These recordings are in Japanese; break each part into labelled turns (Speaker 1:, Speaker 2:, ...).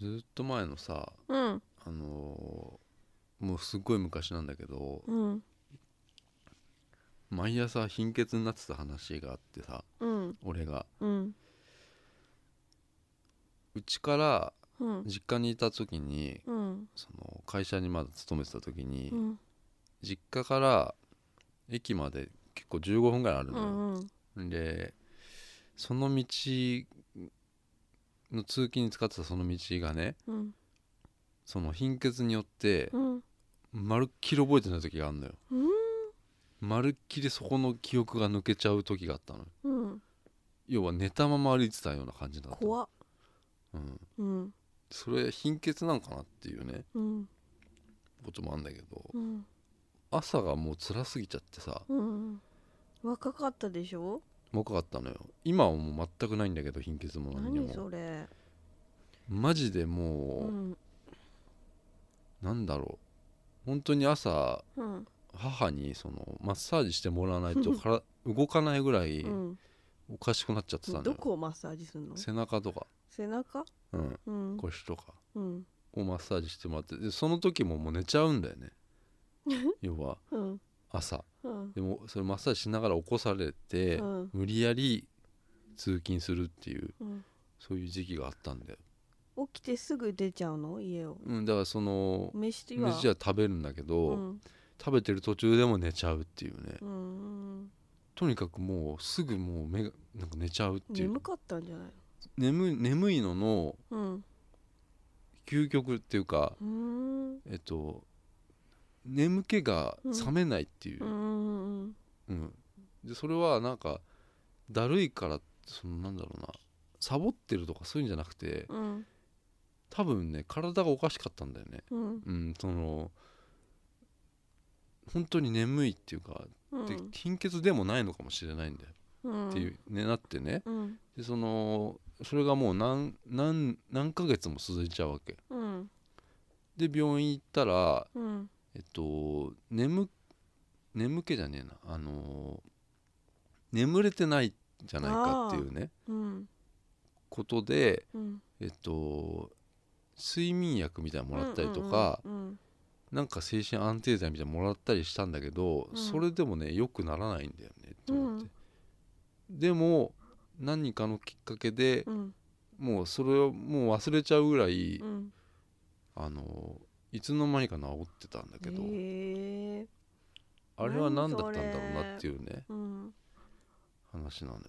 Speaker 1: ずっと前のさ
Speaker 2: うん
Speaker 1: あのーもうすっごい昔なんだけど
Speaker 2: うん
Speaker 1: 毎朝貧血になってた話があってさ
Speaker 2: うん
Speaker 1: 俺が
Speaker 2: うん
Speaker 1: うちから
Speaker 2: うん
Speaker 1: 実家にいた時に
Speaker 2: うん
Speaker 1: その会社にまだ勤めてた時に、
Speaker 2: うん
Speaker 1: 実家から駅まで結構15分ぐらいある
Speaker 2: う
Speaker 1: のよ、
Speaker 2: ん
Speaker 1: でその道の通勤に使ってたその道がね
Speaker 2: うん
Speaker 1: その貧血によって
Speaker 2: うん
Speaker 1: まるっきり覚えてない時があるのよ
Speaker 2: うん
Speaker 1: まるっきりそこの記憶が抜けちゃう時があったのよ
Speaker 2: うん
Speaker 1: 要は寝たまま歩いてたような感じだったの
Speaker 2: 怖っ
Speaker 1: うん、
Speaker 2: うん
Speaker 1: それ貧血なんかなっていうね
Speaker 2: うん
Speaker 1: こともあるんだけど
Speaker 2: うん
Speaker 1: 朝がもう辛すぎちゃってさ
Speaker 2: うん若かったでしょ
Speaker 1: 若かったのよ今はもう全くないんだけど貧血も何に
Speaker 2: 何そ
Speaker 1: も
Speaker 2: れ
Speaker 1: マジで
Speaker 2: う
Speaker 1: もう、
Speaker 2: ん
Speaker 1: なんだろう本当に朝
Speaker 2: うん
Speaker 1: 母にそのマッサージしてもらわない とから動かないぐらい
Speaker 2: うん
Speaker 1: おかしくなっちゃってたんだ
Speaker 2: ど
Speaker 1: よ、
Speaker 2: こをマッサージするの
Speaker 1: 背中とか、
Speaker 2: 背中
Speaker 1: うん、
Speaker 2: うん
Speaker 1: 腰とか
Speaker 2: うん
Speaker 1: をマッサージしてもらってでその時ももう寝ちゃうん だよね要は
Speaker 2: うん
Speaker 1: 朝
Speaker 2: うん
Speaker 1: でもそれマッサージしながら起こされて、
Speaker 2: うん
Speaker 1: 無理やり通勤するっていう
Speaker 2: うん
Speaker 1: そういう時期があったんだよ、
Speaker 2: 起きてすぐ出ちゃうの家を
Speaker 1: うん、だからその
Speaker 2: 飯は
Speaker 1: 飯は食べるんだけど、
Speaker 2: うん
Speaker 1: 食べてる途中でも寝ちゃうっていうね
Speaker 2: うん
Speaker 1: とにかくもうすぐもう目がなんか寝ちゃうっていう
Speaker 2: 眠かったんじゃない
Speaker 1: 眠い眠いのの
Speaker 2: の
Speaker 1: 究極っていうか
Speaker 2: うん
Speaker 1: えっと眠気が覚めないっていう、
Speaker 2: う
Speaker 1: うん
Speaker 2: んうん
Speaker 1: でそれはなんかだるいからそのなんだろうなサボってるとかそういうんじゃなくて
Speaker 2: うん
Speaker 1: 多分ね体がおかしかったんだよね
Speaker 2: うん
Speaker 1: うんその本当に眠いっていうか、
Speaker 2: うん
Speaker 1: で貧血でもないのかもしれないんだよ
Speaker 2: うん
Speaker 1: っていう、ね、なってね
Speaker 2: うん
Speaker 1: でそのそれがもう何何何ヶ月も続いちゃうわけ
Speaker 2: うん
Speaker 1: で病院行ったら
Speaker 2: うん
Speaker 1: えっと眠眠気じゃねえなあのー眠れてないんじゃないかっていうね
Speaker 2: うん
Speaker 1: ことで
Speaker 2: うん
Speaker 1: えっと睡眠薬みたいなのもらったりとか、
Speaker 2: うん
Speaker 1: なんか精神安定剤みたいなのもらったりしたんだけど、
Speaker 2: うん
Speaker 1: それでもね良くならないんだよねって思って、でも何かのきっかけで
Speaker 2: う、ん
Speaker 1: もうそれをもう忘れちゃうぐらい、
Speaker 2: うん
Speaker 1: あのーいつの間にか治ってたんだけど、
Speaker 2: へえ
Speaker 1: あれは何だったんだろうなっていうね
Speaker 2: うん
Speaker 1: 話なのよ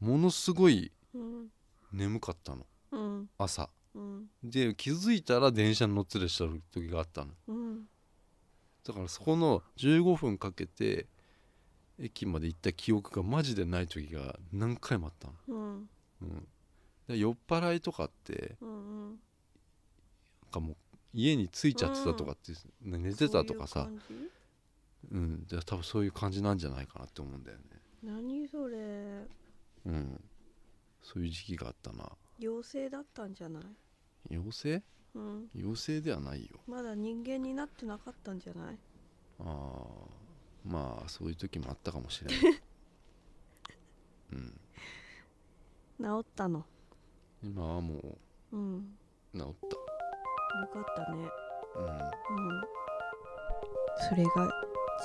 Speaker 1: ものすごい
Speaker 2: うん
Speaker 1: 眠かったの
Speaker 2: うん
Speaker 1: 朝
Speaker 2: うん
Speaker 1: で気づいたら電車に乗ってたりした時があったの
Speaker 2: うん
Speaker 1: だからそこの15分かけて駅まで行った記憶がマジでない時が何回もあったの、
Speaker 2: うん
Speaker 1: うん、で酔っ払いとかって
Speaker 2: うん
Speaker 1: なんかもう家に着いちゃってたとかって、ね寝てたとかさ
Speaker 2: そういう感
Speaker 1: うんじゃあ多分そういう感じなんじゃないかなって思うんだよね
Speaker 2: じ何それ
Speaker 1: うんそういう時期があったな
Speaker 2: 妖精だったんじゃない
Speaker 1: 妖精
Speaker 2: うん
Speaker 1: 妖精ではないよ
Speaker 2: まだ人間になってなかったんじゃない
Speaker 1: あーまあそういう時もあったかもしれ ないうん
Speaker 2: 治ったの
Speaker 1: 今はもう
Speaker 2: うん
Speaker 1: 治っ
Speaker 2: よかったね
Speaker 1: たうん
Speaker 2: うん、それが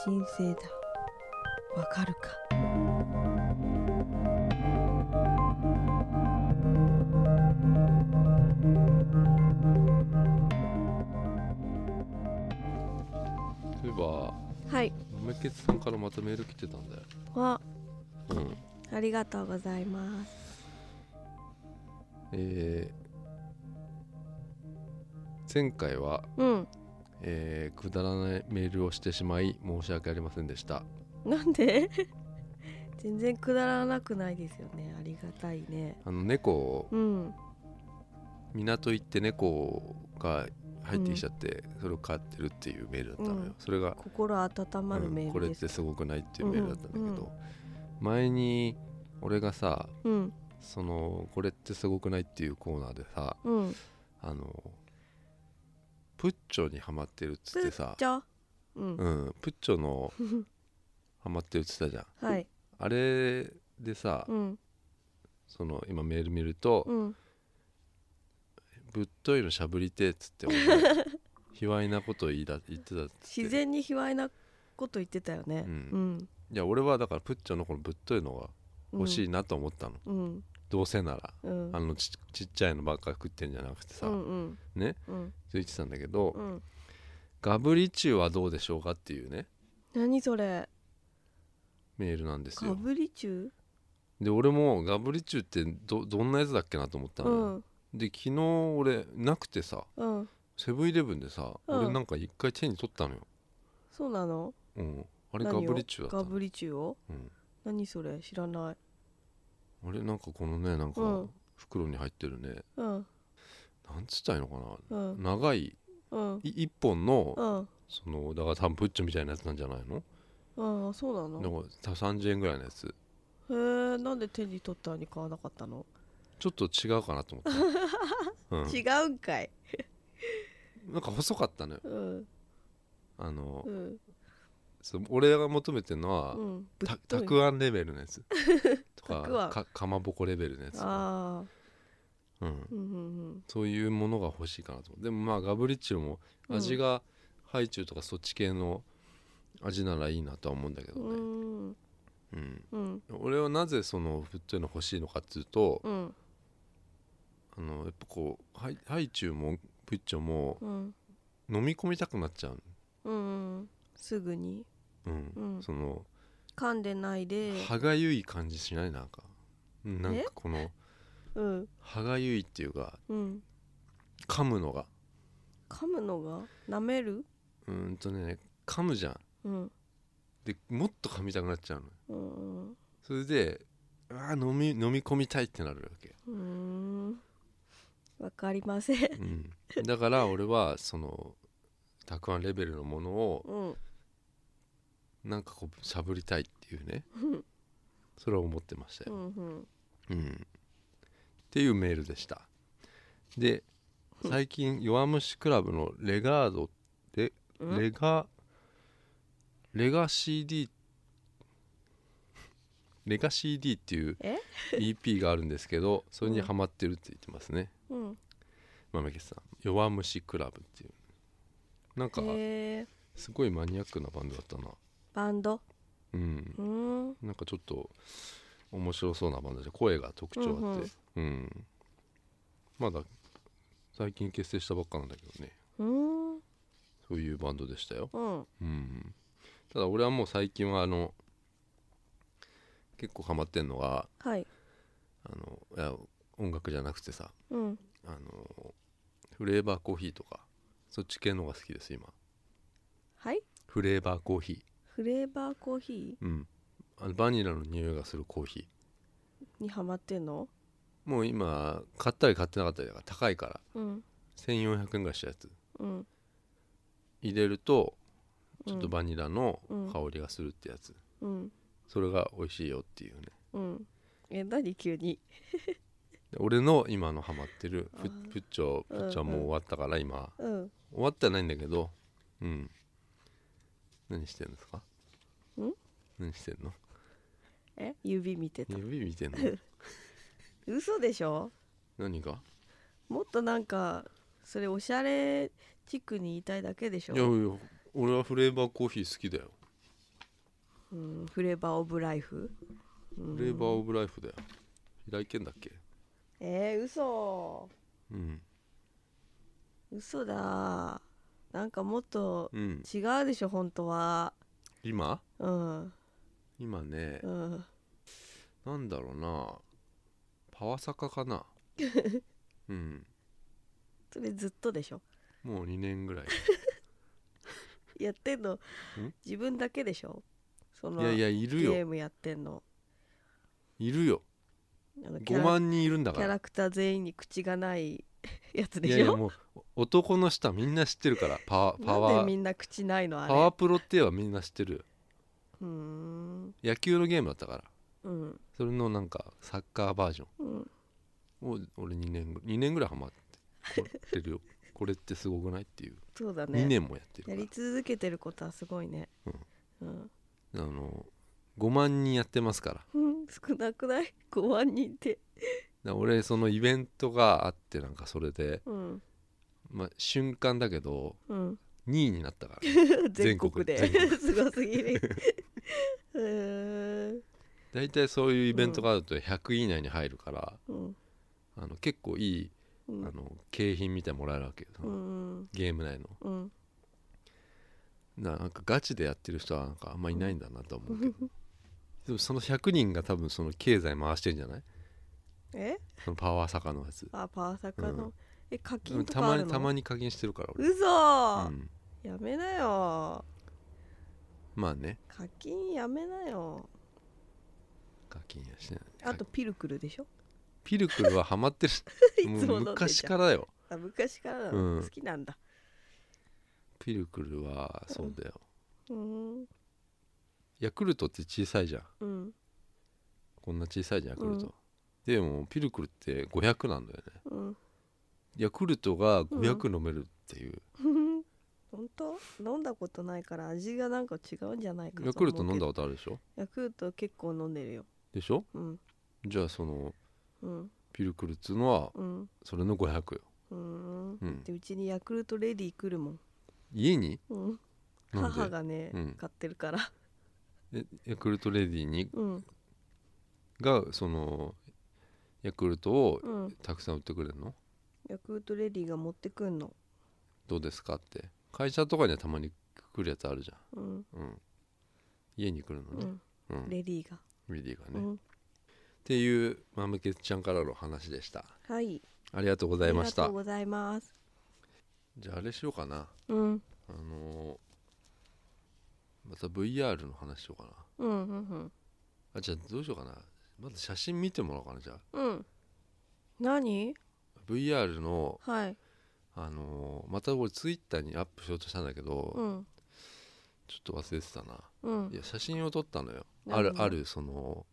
Speaker 2: 人生だわかるか
Speaker 1: そういえば
Speaker 2: はい
Speaker 1: 梅ケツさんからまたメール来てたんだよ
Speaker 2: わ
Speaker 1: うん
Speaker 2: ありがとうございます
Speaker 1: えー前回は、
Speaker 2: うん
Speaker 1: えーくだらないメールをしてしまい申し訳ありませんでした
Speaker 2: なんで 全然くだらなくないですよねありがたいね
Speaker 1: あの猫を
Speaker 2: うん
Speaker 1: 港行って猫が入ってきちゃって、それを飼ってるっていうメールだったのよ、
Speaker 2: うん
Speaker 1: それが
Speaker 2: 心温まるメ
Speaker 1: うん
Speaker 2: ー
Speaker 1: こ
Speaker 2: ル
Speaker 1: れっ
Speaker 2: です
Speaker 1: てすごくないっていうメールだったんだけど、
Speaker 2: うんうん
Speaker 1: 前に俺がさ
Speaker 2: うん
Speaker 1: そのこれってすごくないっていうコーナーでさ
Speaker 2: うん
Speaker 1: あのプッチョにハマってるっつ
Speaker 2: プ
Speaker 1: って
Speaker 2: ッ
Speaker 1: さ
Speaker 2: チョうん、
Speaker 1: うん、プッチョのハマってるっつってたじゃん
Speaker 2: はい
Speaker 1: あれでさ、
Speaker 2: うん
Speaker 1: その今メール見ると、
Speaker 2: うん
Speaker 1: ぶっといのしゃぶりてえっつって 俺卑猥なこと言いだ言ってたっつって
Speaker 2: 自然に卑猥なこと言ってたよね
Speaker 1: う
Speaker 2: うんん、
Speaker 1: いや俺はだからプッチョのこのぶっといのが
Speaker 2: うん、
Speaker 1: 欲しいなと思ったの、
Speaker 2: うん
Speaker 1: どうせなら
Speaker 2: うん
Speaker 1: あのちちっちゃいのばっか食ってんじゃなくてさ、
Speaker 2: うんうん
Speaker 1: ね
Speaker 2: うん
Speaker 1: そう言ってたんだけど、
Speaker 2: うん
Speaker 1: ガブリチュウはどうでしょうかっていうね
Speaker 2: 何それ
Speaker 1: メールなんです
Speaker 2: か
Speaker 1: よ
Speaker 2: ぶり中
Speaker 1: で俺もガブリチュウってどどんなやつだっけなと思った
Speaker 2: う
Speaker 1: のよ、
Speaker 2: ん
Speaker 1: で昨日俺なくてさ
Speaker 2: うん
Speaker 1: セブンイレブンでさ、
Speaker 2: うん
Speaker 1: 俺なんか一回手に取ったのよ、
Speaker 2: そうなの
Speaker 1: うん、あれガ
Speaker 2: 何を
Speaker 1: ブリチュウだ
Speaker 2: ガ
Speaker 1: ったの
Speaker 2: ブリ中を
Speaker 1: うん
Speaker 2: 何それ知らない
Speaker 1: あれなんかこのねなんか
Speaker 2: うん
Speaker 1: 袋に入ってるね、
Speaker 2: うん
Speaker 1: なんつったらいいのか
Speaker 2: うん
Speaker 1: な長い
Speaker 2: うん
Speaker 1: い一本の、
Speaker 2: うん
Speaker 1: そのだからタンプッチョみたいなやつなんじゃないの、
Speaker 2: うんそうなの
Speaker 1: なんかた30円ぐらいのやつ
Speaker 2: へえなんで手に取ったのに買わなかったの、
Speaker 1: ちょっと違うかなと思っ た、うん
Speaker 2: 違うんかい
Speaker 1: なんか細かったのよ
Speaker 2: うん
Speaker 1: あの、
Speaker 2: うん
Speaker 1: そう俺が求めてるのは、
Speaker 2: うん
Speaker 1: た
Speaker 2: ぶっとい
Speaker 1: たくあんレベルのやつ と
Speaker 2: たくあ
Speaker 1: か
Speaker 2: ん
Speaker 1: かかまぼこレベルのやつ、
Speaker 2: ああ
Speaker 1: うん、
Speaker 2: うんうん
Speaker 1: そういうものが欲しいかなと思うでもまあガブリッチュも
Speaker 2: うん
Speaker 1: 味がハイチュウとかそっち系の味ならいいなとは思うんだけど
Speaker 2: う
Speaker 1: ね、
Speaker 2: んうん
Speaker 1: うん
Speaker 2: うん
Speaker 1: 俺はなぜそのぶっといの欲しいのかっていうと、
Speaker 2: うん
Speaker 1: あのやっぱこうハイハイチュウもプッチョも
Speaker 2: うん
Speaker 1: 飲み込みたくなっちゃう、
Speaker 2: うんすぐに
Speaker 1: うん
Speaker 2: うん
Speaker 1: その
Speaker 2: 噛んでないで
Speaker 1: 歯がゆい感じしないなんかうんなんかこの
Speaker 2: うん
Speaker 1: 歯がゆいっていうか
Speaker 2: うん
Speaker 1: 噛むのが
Speaker 2: 噛むのが舐める
Speaker 1: うーんとね噛むじゃん
Speaker 2: うん
Speaker 1: でもっと噛みたくなっちゃうの
Speaker 2: うんう
Speaker 1: それであー飲み飲み込みたいってなるわけ、
Speaker 2: ーんわかりません
Speaker 1: うん、だから俺はそのたくあんレベルのものを
Speaker 2: うん
Speaker 1: なんかこうしゃぶりたいっていうね
Speaker 2: うん
Speaker 1: それは思ってました
Speaker 2: う
Speaker 1: よ、
Speaker 2: んうん
Speaker 1: うん、っていうメールでしたで
Speaker 2: うん
Speaker 1: 最近弱虫クラブのレガードレレガレガ CD レガ CD っていう
Speaker 2: え
Speaker 1: EP があるんですけどそれにハマってるって言ってますね
Speaker 2: うん
Speaker 1: 豆木さん「弱虫クラブ」っていうなんか
Speaker 2: へえ
Speaker 1: すごいマニアックなバンドだったな
Speaker 2: バンド
Speaker 1: うん
Speaker 2: うん
Speaker 1: なんかちょっと面白そうなバンドで声が特徴あってうん、まだ最近結成したばっかなんだけどね
Speaker 2: うん
Speaker 1: そういうバンドでしたよ
Speaker 2: うん
Speaker 1: うんただ俺はもう最近はあの結構ハマってんのが
Speaker 2: はい
Speaker 1: あのいや音楽じゃなくてさ
Speaker 2: うん
Speaker 1: あのフレーバーコーヒーとかそっち系のが好きです今
Speaker 2: はい
Speaker 1: フレーバーコーヒ
Speaker 2: フレーバーコーヒ
Speaker 1: ーうんあのバニラの匂いがするコーヒ
Speaker 2: ーにハマってんの
Speaker 1: ーもう今買ったり買ってなかったりだから高いから
Speaker 2: うん
Speaker 1: 1400円ぐらいしたやつ
Speaker 2: うん
Speaker 1: 入れると
Speaker 2: うん
Speaker 1: ちょっとバニラの
Speaker 2: うん
Speaker 1: 香りがするってやつ、
Speaker 2: うん
Speaker 1: それが美味しいよっていうね
Speaker 2: うんえ何急に
Speaker 1: で俺の今のハマってる
Speaker 2: あ
Speaker 1: プ
Speaker 2: ー
Speaker 1: プッチョプッチョはもう終わったから今、
Speaker 2: うん
Speaker 1: 終わってはないんだけどうん何してんですか
Speaker 2: ん
Speaker 1: 何してんの
Speaker 2: え指見てた
Speaker 1: 指見てんの
Speaker 2: 嘘でしょ
Speaker 1: 何が
Speaker 2: もっとなんかそれおしゃれ地区に言いたいだけでし
Speaker 1: いやい
Speaker 2: ょ
Speaker 1: や俺はフレーバーコーヒー好きだよ、
Speaker 2: うんフレーバーオブライフうん
Speaker 1: フレーバーオブライフだよ平井堅だっけ
Speaker 2: えー、嘘
Speaker 1: うん
Speaker 2: 嘘だなんかもっと
Speaker 1: うん
Speaker 2: 違うでしょ本当は
Speaker 1: 今
Speaker 2: うん
Speaker 1: 今ね
Speaker 2: うん
Speaker 1: なんだろうなパワサカか なうん
Speaker 2: それずっとでしょ
Speaker 1: もう2年ぐらい
Speaker 2: やってんの自分だけでしょその
Speaker 1: いやいやいる
Speaker 2: ゲ
Speaker 1: よ
Speaker 2: ームやってんの
Speaker 1: いるよ
Speaker 2: あのキャ
Speaker 1: 5
Speaker 2: ラ
Speaker 1: 万人いるんだ
Speaker 2: キ
Speaker 1: か
Speaker 2: ャ
Speaker 1: ら
Speaker 2: ラクター全員に口がない やつで
Speaker 1: い
Speaker 2: しょ
Speaker 1: やいやもう男の人はみんな知ってるからパワーパ
Speaker 2: なん
Speaker 1: ワ
Speaker 2: でみ
Speaker 1: ー
Speaker 2: んな口ないのあ
Speaker 1: パワー
Speaker 2: れ
Speaker 1: プロってはみんな知ってる
Speaker 2: うーん
Speaker 1: 野球のゲームだったから
Speaker 2: うん
Speaker 1: それのなんかサッカーバージョン
Speaker 2: うん
Speaker 1: を俺2年ぐ2年ぐらいハマってこれ てるよこれってすごくないっていう、
Speaker 2: そうだ
Speaker 1: 2
Speaker 2: ね
Speaker 1: 年もやってる
Speaker 2: や
Speaker 1: か
Speaker 2: り続けてることはすごいねうん、
Speaker 1: らあの5万人やってますから
Speaker 2: うん、少なくない ?5 万人って
Speaker 1: ら俺そのイベントがあってなんかそれで、
Speaker 2: うん
Speaker 1: まあ、瞬間だけど
Speaker 2: うん
Speaker 1: 2位になった から、全
Speaker 2: 全
Speaker 1: 国
Speaker 2: 国
Speaker 1: で
Speaker 2: で すごすぎるうーん
Speaker 1: 大体そういうイベントがあると100位以内に入るから、
Speaker 2: うん
Speaker 1: あの結構いい、
Speaker 2: う
Speaker 1: あ
Speaker 2: ん
Speaker 1: の景品みたいなのもらえるわけ、その
Speaker 2: うん
Speaker 1: ゲーム内の
Speaker 2: うん
Speaker 1: ななんかガチでやってる人はなんかあんまいないんだなとは思うけどでもその100人が多分その経済回してんじゃない
Speaker 2: え
Speaker 1: そのパワー坂のやつ
Speaker 2: あパーサカの、
Speaker 1: うん
Speaker 2: え課
Speaker 1: でも
Speaker 2: 金と
Speaker 1: た
Speaker 2: かあ
Speaker 1: ま
Speaker 2: る
Speaker 1: に
Speaker 2: の
Speaker 1: たまに課金してるから俺、
Speaker 2: 嘘、
Speaker 1: うん
Speaker 2: やめなよ
Speaker 1: まあね
Speaker 2: 課金やめなよ
Speaker 1: 課金やしてない
Speaker 2: あとピルクルでしょ
Speaker 1: ピルクルはハマってる
Speaker 2: いつも飲んで
Speaker 1: もうん
Speaker 2: じゃん
Speaker 1: 昔からよ
Speaker 2: あ昔からなの、
Speaker 1: うん
Speaker 2: 好きなんだ
Speaker 1: ピルクルはそうだよ、
Speaker 2: うーん
Speaker 1: ヤクルトって小さいじゃん
Speaker 2: うん
Speaker 1: こんな小さいじゃんヤクルト、
Speaker 2: うん
Speaker 1: でもピルクルって500なんだよね
Speaker 2: うん
Speaker 1: ヤクルトが500飲めるっていう、
Speaker 2: 本当飲んだことないから味がなんか違うんじゃないかと思
Speaker 1: ヤ
Speaker 2: うけ
Speaker 1: ク
Speaker 2: ど
Speaker 1: ルト飲んだことあるでしょ
Speaker 2: ヤクルト結構飲んでるよ
Speaker 1: でしょ
Speaker 2: うん
Speaker 1: じゃあその
Speaker 2: うん
Speaker 1: ピルクルっつうのは
Speaker 2: うん
Speaker 1: それの500よ、
Speaker 2: うーん
Speaker 1: うん、
Speaker 2: でうちにヤクルトレディー来るもん、
Speaker 1: 家に
Speaker 2: うん、
Speaker 1: なんで
Speaker 2: 母がね、
Speaker 1: うん
Speaker 2: 買ってるから
Speaker 1: えヤクルトレディに
Speaker 2: うん
Speaker 1: がそのヤクルトを
Speaker 2: うん
Speaker 1: たくさん売ってくれるの
Speaker 2: ヤクルトレディーが持ってくんの
Speaker 1: どうですかって会社とかにはたまに来るやつあるじゃ
Speaker 2: うん
Speaker 1: ん、うん、家に来るの
Speaker 2: う
Speaker 1: ね、
Speaker 2: ん
Speaker 1: うん
Speaker 2: レディーが、
Speaker 1: ミディがね、
Speaker 2: う
Speaker 1: っ
Speaker 2: ん
Speaker 1: ていうまむけちゃんからの話でした
Speaker 2: はい
Speaker 1: ありがとうご
Speaker 2: あ
Speaker 1: ざい
Speaker 2: り
Speaker 1: ま
Speaker 2: が
Speaker 1: し
Speaker 2: と
Speaker 1: た
Speaker 2: うございます
Speaker 1: じゃああれしようかな
Speaker 2: うん
Speaker 1: あのーまた VR の話しようかな
Speaker 2: うんうん
Speaker 1: あじゃあどうしようかなまず写真見てもらおうかなじゃあ
Speaker 2: うんうん何
Speaker 1: VR の
Speaker 2: はい
Speaker 1: あのーまた俺ツイッターにアップしようとしたんだけど、
Speaker 2: うん
Speaker 1: ちょっと忘れてたな、
Speaker 2: うん
Speaker 1: いや写真を撮ったのよあ
Speaker 2: 何
Speaker 1: る
Speaker 2: の
Speaker 1: あるその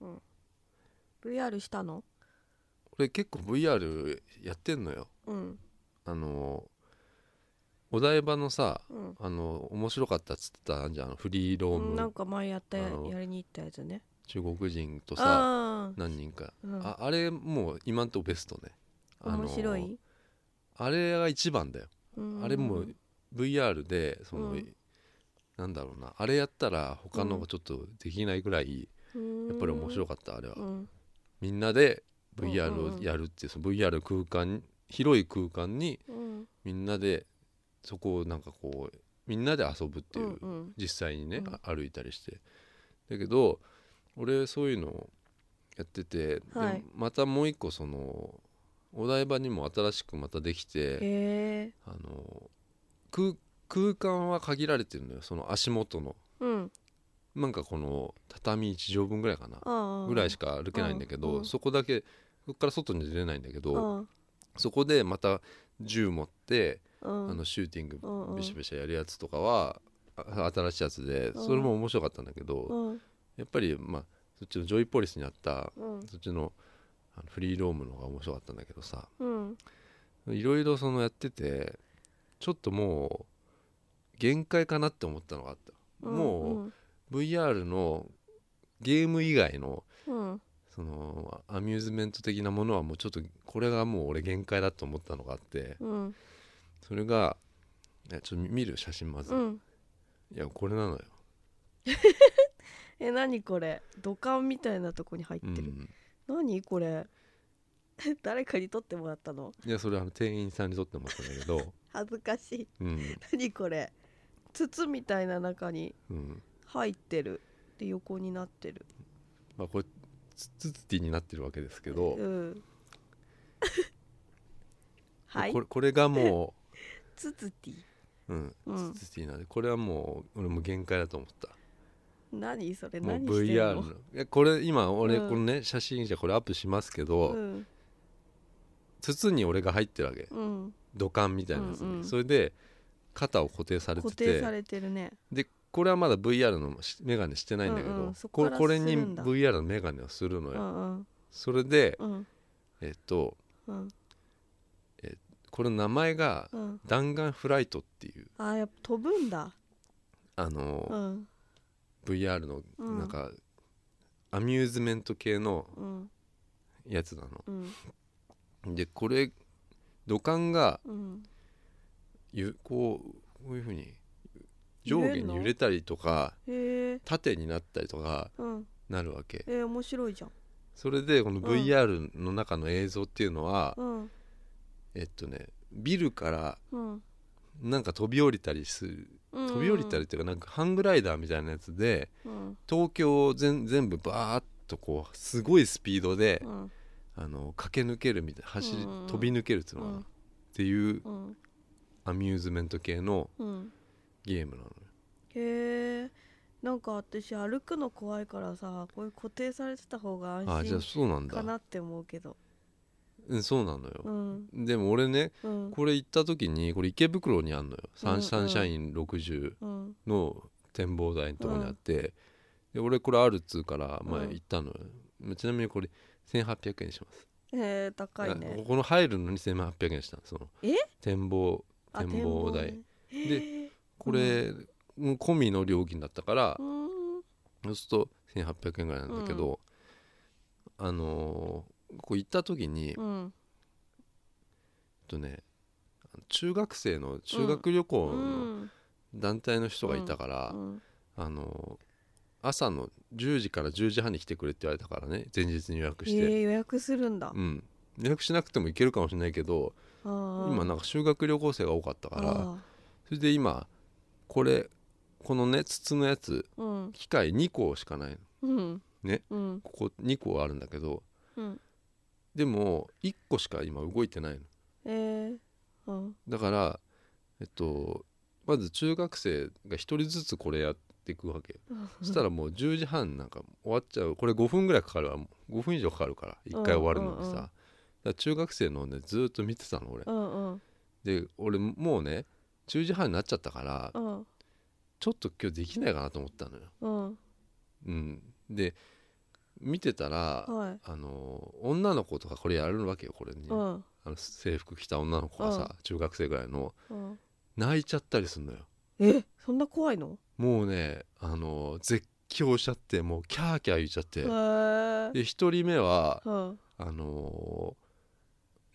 Speaker 2: VR したの
Speaker 1: 俺結構 VR やってんのよ
Speaker 2: うん
Speaker 1: あのーお台場のさ
Speaker 2: うん
Speaker 1: あの面白かったっつってたあんじゃんあのフリーロー
Speaker 2: うんなん
Speaker 1: ム
Speaker 2: か前やった
Speaker 1: あ
Speaker 2: や
Speaker 1: の
Speaker 2: りに行ったやつね
Speaker 1: 中国人とさ
Speaker 2: あ
Speaker 1: 何人か、
Speaker 2: あ、うん、
Speaker 1: ああれもう今んとこベストねあのー
Speaker 2: 面白い、
Speaker 1: あれが一番だよ、
Speaker 2: うん
Speaker 1: あれもう VR でその、
Speaker 2: うん
Speaker 1: なんだろうなあれやったら他のがちょっとできないぐらいやっぱり面白
Speaker 2: か
Speaker 1: かったあれは、
Speaker 2: うん
Speaker 1: みんなで
Speaker 2: うんうん
Speaker 1: VR
Speaker 2: う
Speaker 1: を
Speaker 2: ん
Speaker 1: やるっていうその VR の空間に広い空間に
Speaker 2: うん
Speaker 1: みんなでそこをなんかこうみんなで遊ぶっていう、
Speaker 2: うん
Speaker 1: 実際にね、
Speaker 2: うん
Speaker 1: あ歩いたりしてだけど俺そういうのをやってて、で
Speaker 2: はい
Speaker 1: またもう一個そのお台場にも新しくまたでき
Speaker 2: うん、
Speaker 1: て
Speaker 2: へえ
Speaker 1: あの空空間は限られてるのよその足元の
Speaker 2: うん
Speaker 1: なんかこの畳1畳分ぐらいかな
Speaker 2: ああ
Speaker 1: ぐらい
Speaker 2: し
Speaker 1: しか歩けないんだけ
Speaker 2: うん
Speaker 1: ど、
Speaker 2: うん
Speaker 1: そこだけそこから外に出れないんだけど、
Speaker 2: あ
Speaker 1: そこでまた銃持って、
Speaker 2: あうん
Speaker 1: あのシューティング
Speaker 2: うんうん
Speaker 1: ビシャビシャやるやつとかは、あ新しいやつで
Speaker 2: うん
Speaker 1: それも面白かったんだけど、
Speaker 2: うん
Speaker 1: やっぱりまあそっちのジョイポリスにあった
Speaker 2: うん
Speaker 1: そっちのあのフリーロームの方が面白かったんだけどさ
Speaker 2: うん
Speaker 1: いろいろそのやっててちょっともう限界かなって思ったのがあった、もう VR のゲーム以外の
Speaker 2: うんうん
Speaker 1: そのアミューズメント的なものはもうちょっとこれがもう俺限界だと思ったのがあって
Speaker 2: うん
Speaker 1: それがえちょっと見る写真まず、
Speaker 2: う
Speaker 1: い
Speaker 2: ん
Speaker 1: やこれなのよ、
Speaker 2: え何これ土管みたいなとこに入っ
Speaker 1: う
Speaker 2: てる、
Speaker 1: ん、
Speaker 2: 何これ 誰かに撮ってもらったの
Speaker 1: いやそれあの店員さんに撮ってもらったんだけど、
Speaker 2: 恥ずかしい
Speaker 1: うん
Speaker 2: 何これ筒みたいな中に
Speaker 1: うん
Speaker 2: 入ってるで横になってる
Speaker 1: まあ、これツツツティになってるわけですけど、
Speaker 2: うんはい
Speaker 1: これこれがも
Speaker 2: ツツティ
Speaker 1: う、うん
Speaker 2: うん
Speaker 1: ツツティなんでこれはもう俺も限界だと思った
Speaker 2: 何それ
Speaker 1: もう
Speaker 2: 何してん
Speaker 1: VR の
Speaker 2: の
Speaker 1: いやこれ今俺
Speaker 2: うん
Speaker 1: このね、写真じゃこれアップしますけど、
Speaker 2: うん
Speaker 1: 筒に俺が入ってるわけ
Speaker 2: うん
Speaker 1: 土管みたいなやつに、
Speaker 2: うんうん
Speaker 1: それで肩を固定されて
Speaker 2: 固
Speaker 1: て
Speaker 2: 定されてるね
Speaker 1: でこれはまだ VR の眼鏡してないんだけど、
Speaker 2: うんうんそ
Speaker 1: こ
Speaker 2: こか
Speaker 1: れ
Speaker 2: ら
Speaker 1: これに
Speaker 2: するんだ
Speaker 1: VR の眼鏡をするの
Speaker 2: う
Speaker 1: よ、
Speaker 2: んうん
Speaker 1: それで
Speaker 2: うん
Speaker 1: えっと
Speaker 2: うん
Speaker 1: これ名前が
Speaker 2: うん
Speaker 1: 弾丸フライトっていう
Speaker 2: あーやっぱ飛ぶんだ
Speaker 1: あの、
Speaker 2: うん
Speaker 1: VR の
Speaker 2: うん
Speaker 1: なんか、アミューズメント系の
Speaker 2: うん
Speaker 1: やつなの
Speaker 2: うん
Speaker 1: でこれ土管が
Speaker 2: うん
Speaker 1: ゆこうこういうふうに上下に揺れたりとか
Speaker 2: へえ
Speaker 1: 縦になったりとか
Speaker 2: うん
Speaker 1: なるわけ
Speaker 2: えー、面白いじゃん
Speaker 1: それでこの
Speaker 2: ん
Speaker 1: VR の中の映像っていうのは、
Speaker 2: うん
Speaker 1: えっとねビルから
Speaker 2: うん
Speaker 1: なんか飛び降りたりする飛び降りたりっ、ていうかなんかハングライダーみたいなやつで
Speaker 2: うん
Speaker 1: 東京を全全部バーッとこうすごいスピードで
Speaker 2: う、ん
Speaker 1: あの駆け抜けるみたいな走り、
Speaker 2: うん
Speaker 1: 飛び抜けるっていうのかな、
Speaker 2: うん
Speaker 1: っていう
Speaker 2: うん
Speaker 1: アミューズメント系の
Speaker 2: うん
Speaker 1: ゲームなのよ
Speaker 2: へえなんか私歩くの怖いからさこういう固定されてた方が
Speaker 1: あ
Speaker 2: 安
Speaker 1: ーじゃあ
Speaker 2: 心
Speaker 1: そうなん
Speaker 2: かな
Speaker 1: だ
Speaker 2: って思うけど
Speaker 1: うんそうなの
Speaker 2: う
Speaker 1: よ、
Speaker 2: ん
Speaker 1: でも俺ね
Speaker 2: うん
Speaker 1: これ行った時にこれ池袋にあんのよサン,、
Speaker 2: うん
Speaker 1: サンシャイン60
Speaker 2: うん
Speaker 1: の展望台のとこにあって、で俺これあるっつうからまあ
Speaker 2: うん
Speaker 1: 行ったのよ、まあちなみにこれ1800円にします
Speaker 2: へえ高い
Speaker 1: あこ
Speaker 2: ね
Speaker 1: この入るのに1800円したのその
Speaker 2: え
Speaker 1: 展望
Speaker 2: あ
Speaker 1: 展望台
Speaker 2: ね
Speaker 1: でこれ、もう込みの料金だったから
Speaker 2: う、ん
Speaker 1: そうすると1800円ぐらいなんだけど、あのーこう行った時に、えっ
Speaker 2: うん
Speaker 1: とね中学生の修学旅行
Speaker 2: う
Speaker 1: の
Speaker 2: ん
Speaker 1: 団体の人がいたから、
Speaker 2: うん
Speaker 1: あのー朝の10時から10時半に来てくれって言われたからね前日に予約
Speaker 2: え
Speaker 1: して、
Speaker 2: ー、予約するんだ
Speaker 1: うん、予約しなくても行けるかもしれないけど、今
Speaker 2: 今
Speaker 1: なんか修学旅行生が多かった
Speaker 2: だ
Speaker 1: から、それで今これこのね筒のやつ
Speaker 2: うん
Speaker 1: 機械2個しかないの
Speaker 2: うん
Speaker 1: ね
Speaker 2: うん
Speaker 1: ここ2個あるんだけど
Speaker 2: うん
Speaker 1: でも1個しか今動いてないの
Speaker 2: えーうん
Speaker 1: だからえっとまず中学生が1人ずつこれやっていくわけよそしたらもう10時半なんか終わっちゃうこれ5分ぐらいかかるわもう5分以上かかるから1回終わるのにさ、
Speaker 2: うんうんうん
Speaker 1: だから中学生のねずーっと見てたの俺
Speaker 2: うんうん
Speaker 1: で俺もうね10時半になっちゃったから
Speaker 2: うん
Speaker 1: ちょっと今日できないかなと思ったのよ
Speaker 2: うん
Speaker 1: うん、で見てたら、
Speaker 2: はい
Speaker 1: あの女の子とかこれやるわけよこれに、
Speaker 2: うん
Speaker 1: あの制服着た女の子がさ、中学生ぐらいの
Speaker 2: うん
Speaker 1: 泣いちゃったりするのよ
Speaker 2: えそんな怖いの
Speaker 1: もうねあの絶叫しちゃってもうキャーキャー言っちゃって、
Speaker 2: へー
Speaker 1: で1人目は
Speaker 2: うん
Speaker 1: あの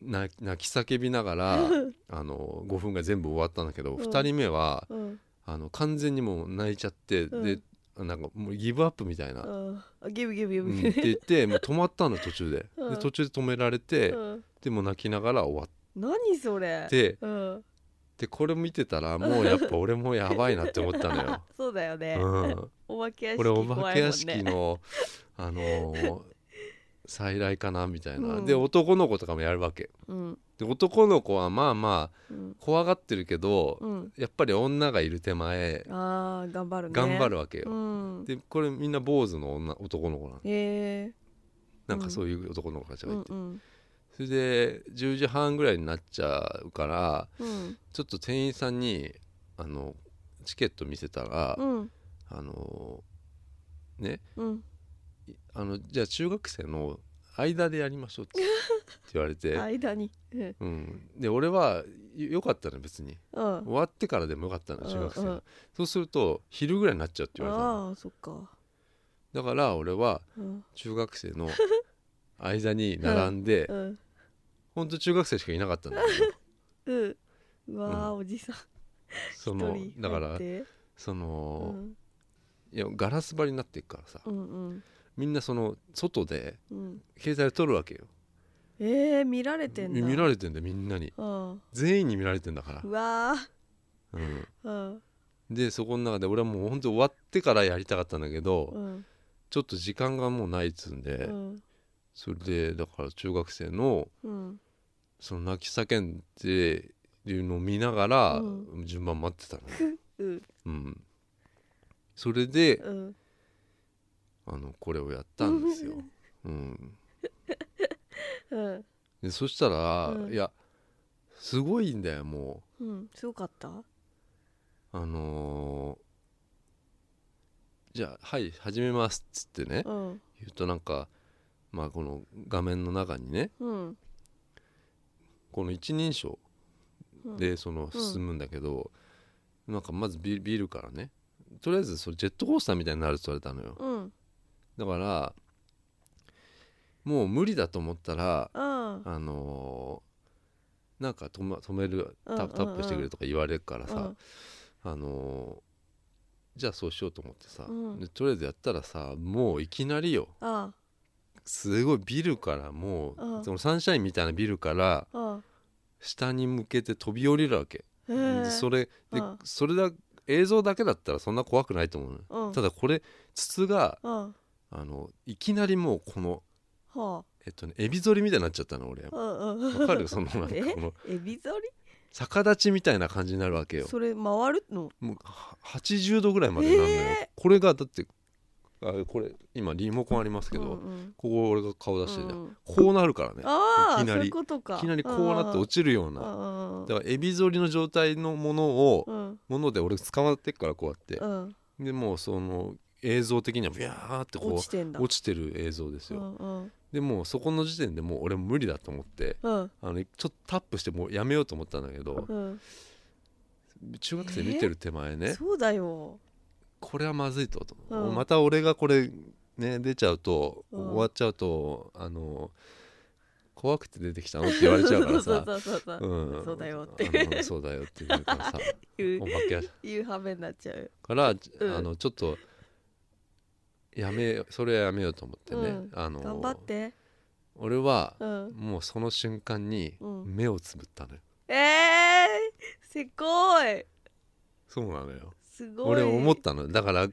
Speaker 1: 泣泣き叫びながらあの5分が全部終わったんだけど、
Speaker 2: うん
Speaker 1: 2人目は
Speaker 2: うん
Speaker 1: あの完全にもう泣いちゃって、でなんかもうギブアップみたいな、
Speaker 2: うんあギブギブギ
Speaker 1: う
Speaker 2: ブ
Speaker 1: ん、って言ってもう止まったの途中で,、
Speaker 2: うん
Speaker 1: で途中で止められて、
Speaker 2: うん
Speaker 1: でも泣きながら終わ
Speaker 2: 何それ
Speaker 1: って
Speaker 2: うん、
Speaker 1: でこれ見てたらもうやっぱ俺もやばいなって思ったのよ
Speaker 2: そうだよね
Speaker 1: うん、
Speaker 2: お化け屋敷
Speaker 1: これお化け屋敷
Speaker 2: 怖いもんね
Speaker 1: の、あのー再来かなみたいな、
Speaker 2: うん
Speaker 1: で男の子とかもやるわけ
Speaker 2: うん
Speaker 1: で男の子はまあまあ
Speaker 2: うん
Speaker 1: 怖がってるけど、
Speaker 2: うん
Speaker 1: やっぱり女がいる手前
Speaker 2: あー頑張るね
Speaker 1: 頑張るわけ
Speaker 2: う
Speaker 1: よ、
Speaker 2: ん
Speaker 1: でこれみんな坊主の女男の子なの
Speaker 2: へえ
Speaker 1: なんかそういう男の子たち
Speaker 2: う
Speaker 1: がい
Speaker 2: ん
Speaker 1: て、
Speaker 2: うん
Speaker 1: それで10時半ぐらいになっちゃうから
Speaker 2: うん
Speaker 1: ちょっと店員さんにあのチケット見せたら、
Speaker 2: うん
Speaker 1: あのね
Speaker 2: うん
Speaker 1: いあのじゃあ中学生の間でやりましょうってっ て言われて、
Speaker 2: 間にうん
Speaker 1: うん、で俺はよよかったの別に
Speaker 2: うん
Speaker 1: 終わってからでもよかったの中学生の、
Speaker 2: うんうん
Speaker 1: そうすると昼ぐらいになっちゃうって言われたの
Speaker 2: ああそっか
Speaker 1: だから俺は
Speaker 2: うん
Speaker 1: 中学生 の間に並んで、
Speaker 2: うん
Speaker 1: ほんと中学生しかいなかったんだ けど
Speaker 2: うんうわー
Speaker 1: う
Speaker 2: おじさん
Speaker 1: そ
Speaker 2: 一
Speaker 1: の
Speaker 2: 人
Speaker 1: だか
Speaker 2: 入っ
Speaker 1: ら
Speaker 2: て
Speaker 1: そうの、
Speaker 2: ん
Speaker 1: いやガラス張りになっていくからさ、
Speaker 2: うんうん
Speaker 1: みんなその外で
Speaker 2: うん
Speaker 1: 携帯を取るわけよ
Speaker 2: えー見られてんだ
Speaker 1: 見られてんだよみんなに
Speaker 2: うん
Speaker 1: 全員に見られてんだから
Speaker 2: う、わ
Speaker 1: うん、
Speaker 2: ーうん
Speaker 1: でそこの中で俺はもうほんと終わってからやりたかったんだけど、
Speaker 2: うん
Speaker 1: ちょっと時間がもうないっつうんで、
Speaker 2: うん
Speaker 1: それでだから中学生の
Speaker 2: うん
Speaker 1: その泣き叫んでるのを見ながら、
Speaker 2: う
Speaker 1: 順番待ってたの、
Speaker 2: うん
Speaker 1: うん、それで
Speaker 2: うん
Speaker 1: あのこれをやったんですよ、 うん、
Speaker 2: うん
Speaker 1: でそしたら、
Speaker 2: うん
Speaker 1: いやすごいんだよも
Speaker 2: うんすごかった
Speaker 1: うあのーじゃあ「はい始めます」っつってね
Speaker 2: うん
Speaker 1: 言うとなんかまあこの画面の中にね
Speaker 2: うん
Speaker 1: この一人称
Speaker 2: うん
Speaker 1: でその
Speaker 2: うん
Speaker 1: 進むんだけど、なんかまずビビルからねとりあえずそれジェットコースターみたいになるって言われたのよ
Speaker 2: うん
Speaker 1: だからもう無理だと思ったら
Speaker 2: うん
Speaker 1: あのーなんか止,、ま、止める
Speaker 2: うんう
Speaker 1: タ
Speaker 2: ん
Speaker 1: タップしてくれとか言われるからさ、
Speaker 2: うん
Speaker 1: あのーじゃあそうしようと思ってさ、
Speaker 2: うん
Speaker 1: でとりあえずやったらさもういきなりよ
Speaker 2: あ
Speaker 1: すごいビルからもう、
Speaker 2: うん
Speaker 1: そのサンシャインみたいなビルから
Speaker 2: ああ
Speaker 1: 下に向けて飛び降りるわけ、
Speaker 2: あへえ
Speaker 1: でそれで、
Speaker 2: うん
Speaker 1: それだ映像だけだったらそんな怖くないと思うのよ、
Speaker 2: うん
Speaker 1: ただこれ筒が
Speaker 2: うん
Speaker 1: あのいきなりもうこの
Speaker 2: は
Speaker 1: えっとねエビ反りみたいになっちゃったの俺
Speaker 2: あ
Speaker 1: わ
Speaker 2: うんうん
Speaker 1: か るそ のなんか
Speaker 2: え
Speaker 1: この
Speaker 2: エビ反
Speaker 1: 逆立ちみたいな感じになるわけ
Speaker 2: り
Speaker 1: よ
Speaker 2: それ回るの
Speaker 1: もうは80度ぐらいまでなるのよ、
Speaker 2: え
Speaker 1: これがだってあこれ今リモコンありますけど、
Speaker 2: うん
Speaker 1: こ
Speaker 2: う
Speaker 1: こ
Speaker 2: ん
Speaker 1: 俺が顔出してるじゃん、
Speaker 2: うん
Speaker 1: こうなるからね
Speaker 2: ああ
Speaker 1: いきなり
Speaker 2: そういうことか
Speaker 1: いきなりこうなって落ちるよう
Speaker 2: ち
Speaker 1: な
Speaker 2: うん
Speaker 1: だからエビ反りの状態のものを、
Speaker 2: うん
Speaker 1: もので俺捕まってっからこうやって
Speaker 2: う、ん
Speaker 1: でもうその映像的にはビャーってこう
Speaker 2: 落
Speaker 1: 落
Speaker 2: ち
Speaker 1: ち
Speaker 2: てんだ
Speaker 1: てる映像です
Speaker 2: う
Speaker 1: よ、
Speaker 2: んうん
Speaker 1: でもうそこの時点でもう俺無理だと思って
Speaker 2: うん
Speaker 1: あのちょっとタップしてもうやめようと思ったんだけど、
Speaker 2: うん
Speaker 1: 中学生見てる手前ね、
Speaker 2: そうだよ
Speaker 1: これはまずいとと、
Speaker 2: うん
Speaker 1: また俺がこれね出ちゃうと、
Speaker 2: うん
Speaker 1: 終わっちゃうとあの怖くて出てきたのって言われちゃうから
Speaker 2: そ
Speaker 1: さ
Speaker 2: うそうそうそう
Speaker 1: うん
Speaker 2: そうだよって
Speaker 1: あのそうだよって言うからさ
Speaker 2: 言う
Speaker 1: お化け屋敷
Speaker 2: 言う羽目になっちゃう
Speaker 1: から、
Speaker 2: ん
Speaker 1: あのちょっとやめようそれはやめようと思ってね、
Speaker 2: うん
Speaker 1: あの
Speaker 2: 頑張って
Speaker 1: 俺は
Speaker 2: うん
Speaker 1: もうその瞬間に
Speaker 2: うん
Speaker 1: 目をつぶったのよ、
Speaker 2: ええー、せこい
Speaker 1: そうなのよ
Speaker 2: すごい
Speaker 1: 俺思ったのだから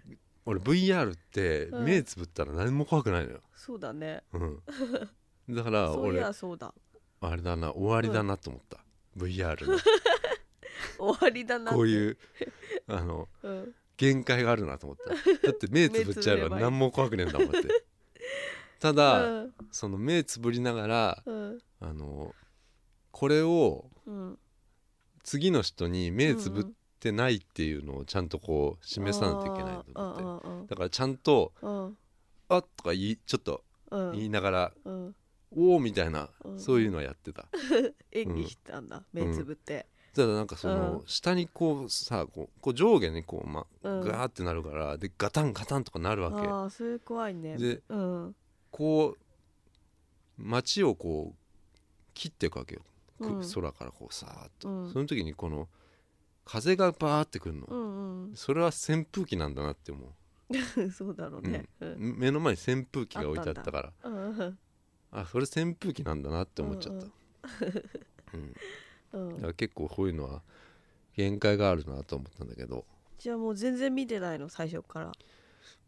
Speaker 1: 俺 VR って
Speaker 2: うん
Speaker 1: 目つぶったら何も怖くないのよ、
Speaker 2: そうだね
Speaker 1: うん、だから
Speaker 2: そうい
Speaker 1: 俺
Speaker 2: やそうだ
Speaker 1: あれだな終わりだなと思った、VR
Speaker 2: 終わりだな
Speaker 1: のこう
Speaker 2: う、
Speaker 1: いうあの
Speaker 2: うん、
Speaker 1: 限界があるなと思っただって目つぶっち ゃえば何も怖くねえんだもんだってただ、
Speaker 2: うん
Speaker 1: その目つぶりながら
Speaker 2: うん
Speaker 1: あのこれを
Speaker 2: うん
Speaker 1: 次の人に目つぶってないっていうのをちゃんとこう示さないといけないと思って
Speaker 2: 思
Speaker 1: だからちゃんと
Speaker 2: うん
Speaker 1: 「あっ」とか言いちょっと
Speaker 2: うんうん
Speaker 1: 言いながら
Speaker 2: うん
Speaker 1: 「おお」みたいな
Speaker 2: うん
Speaker 1: そういうのはやってた
Speaker 2: 演技したんだ目つぶって
Speaker 1: ただなんかその
Speaker 2: う
Speaker 1: 下にこうさこうこう上下にこうま
Speaker 2: うん
Speaker 1: ガーってなるからでガタンガタンとかなる
Speaker 2: ああ
Speaker 1: わけ
Speaker 2: ーそれ怖いね
Speaker 1: で
Speaker 2: うん
Speaker 1: こう街をこう切っていくわけよく
Speaker 2: うん
Speaker 1: 空からこうさーっ
Speaker 2: う
Speaker 1: と
Speaker 2: ん
Speaker 1: その時にこの風がバーってくる
Speaker 2: う
Speaker 1: の
Speaker 2: ん
Speaker 1: それは扇風機なんだなって思う
Speaker 2: うんそうだろうねうん
Speaker 1: 目の前に扇風機が置いてあったから
Speaker 2: うん
Speaker 1: あそれ扇風機なんだなって思っちゃった、うん
Speaker 2: うん
Speaker 1: だから結構こういうのは限界があるなと思ったんだけど
Speaker 2: じゃあもう全然見てないの最初から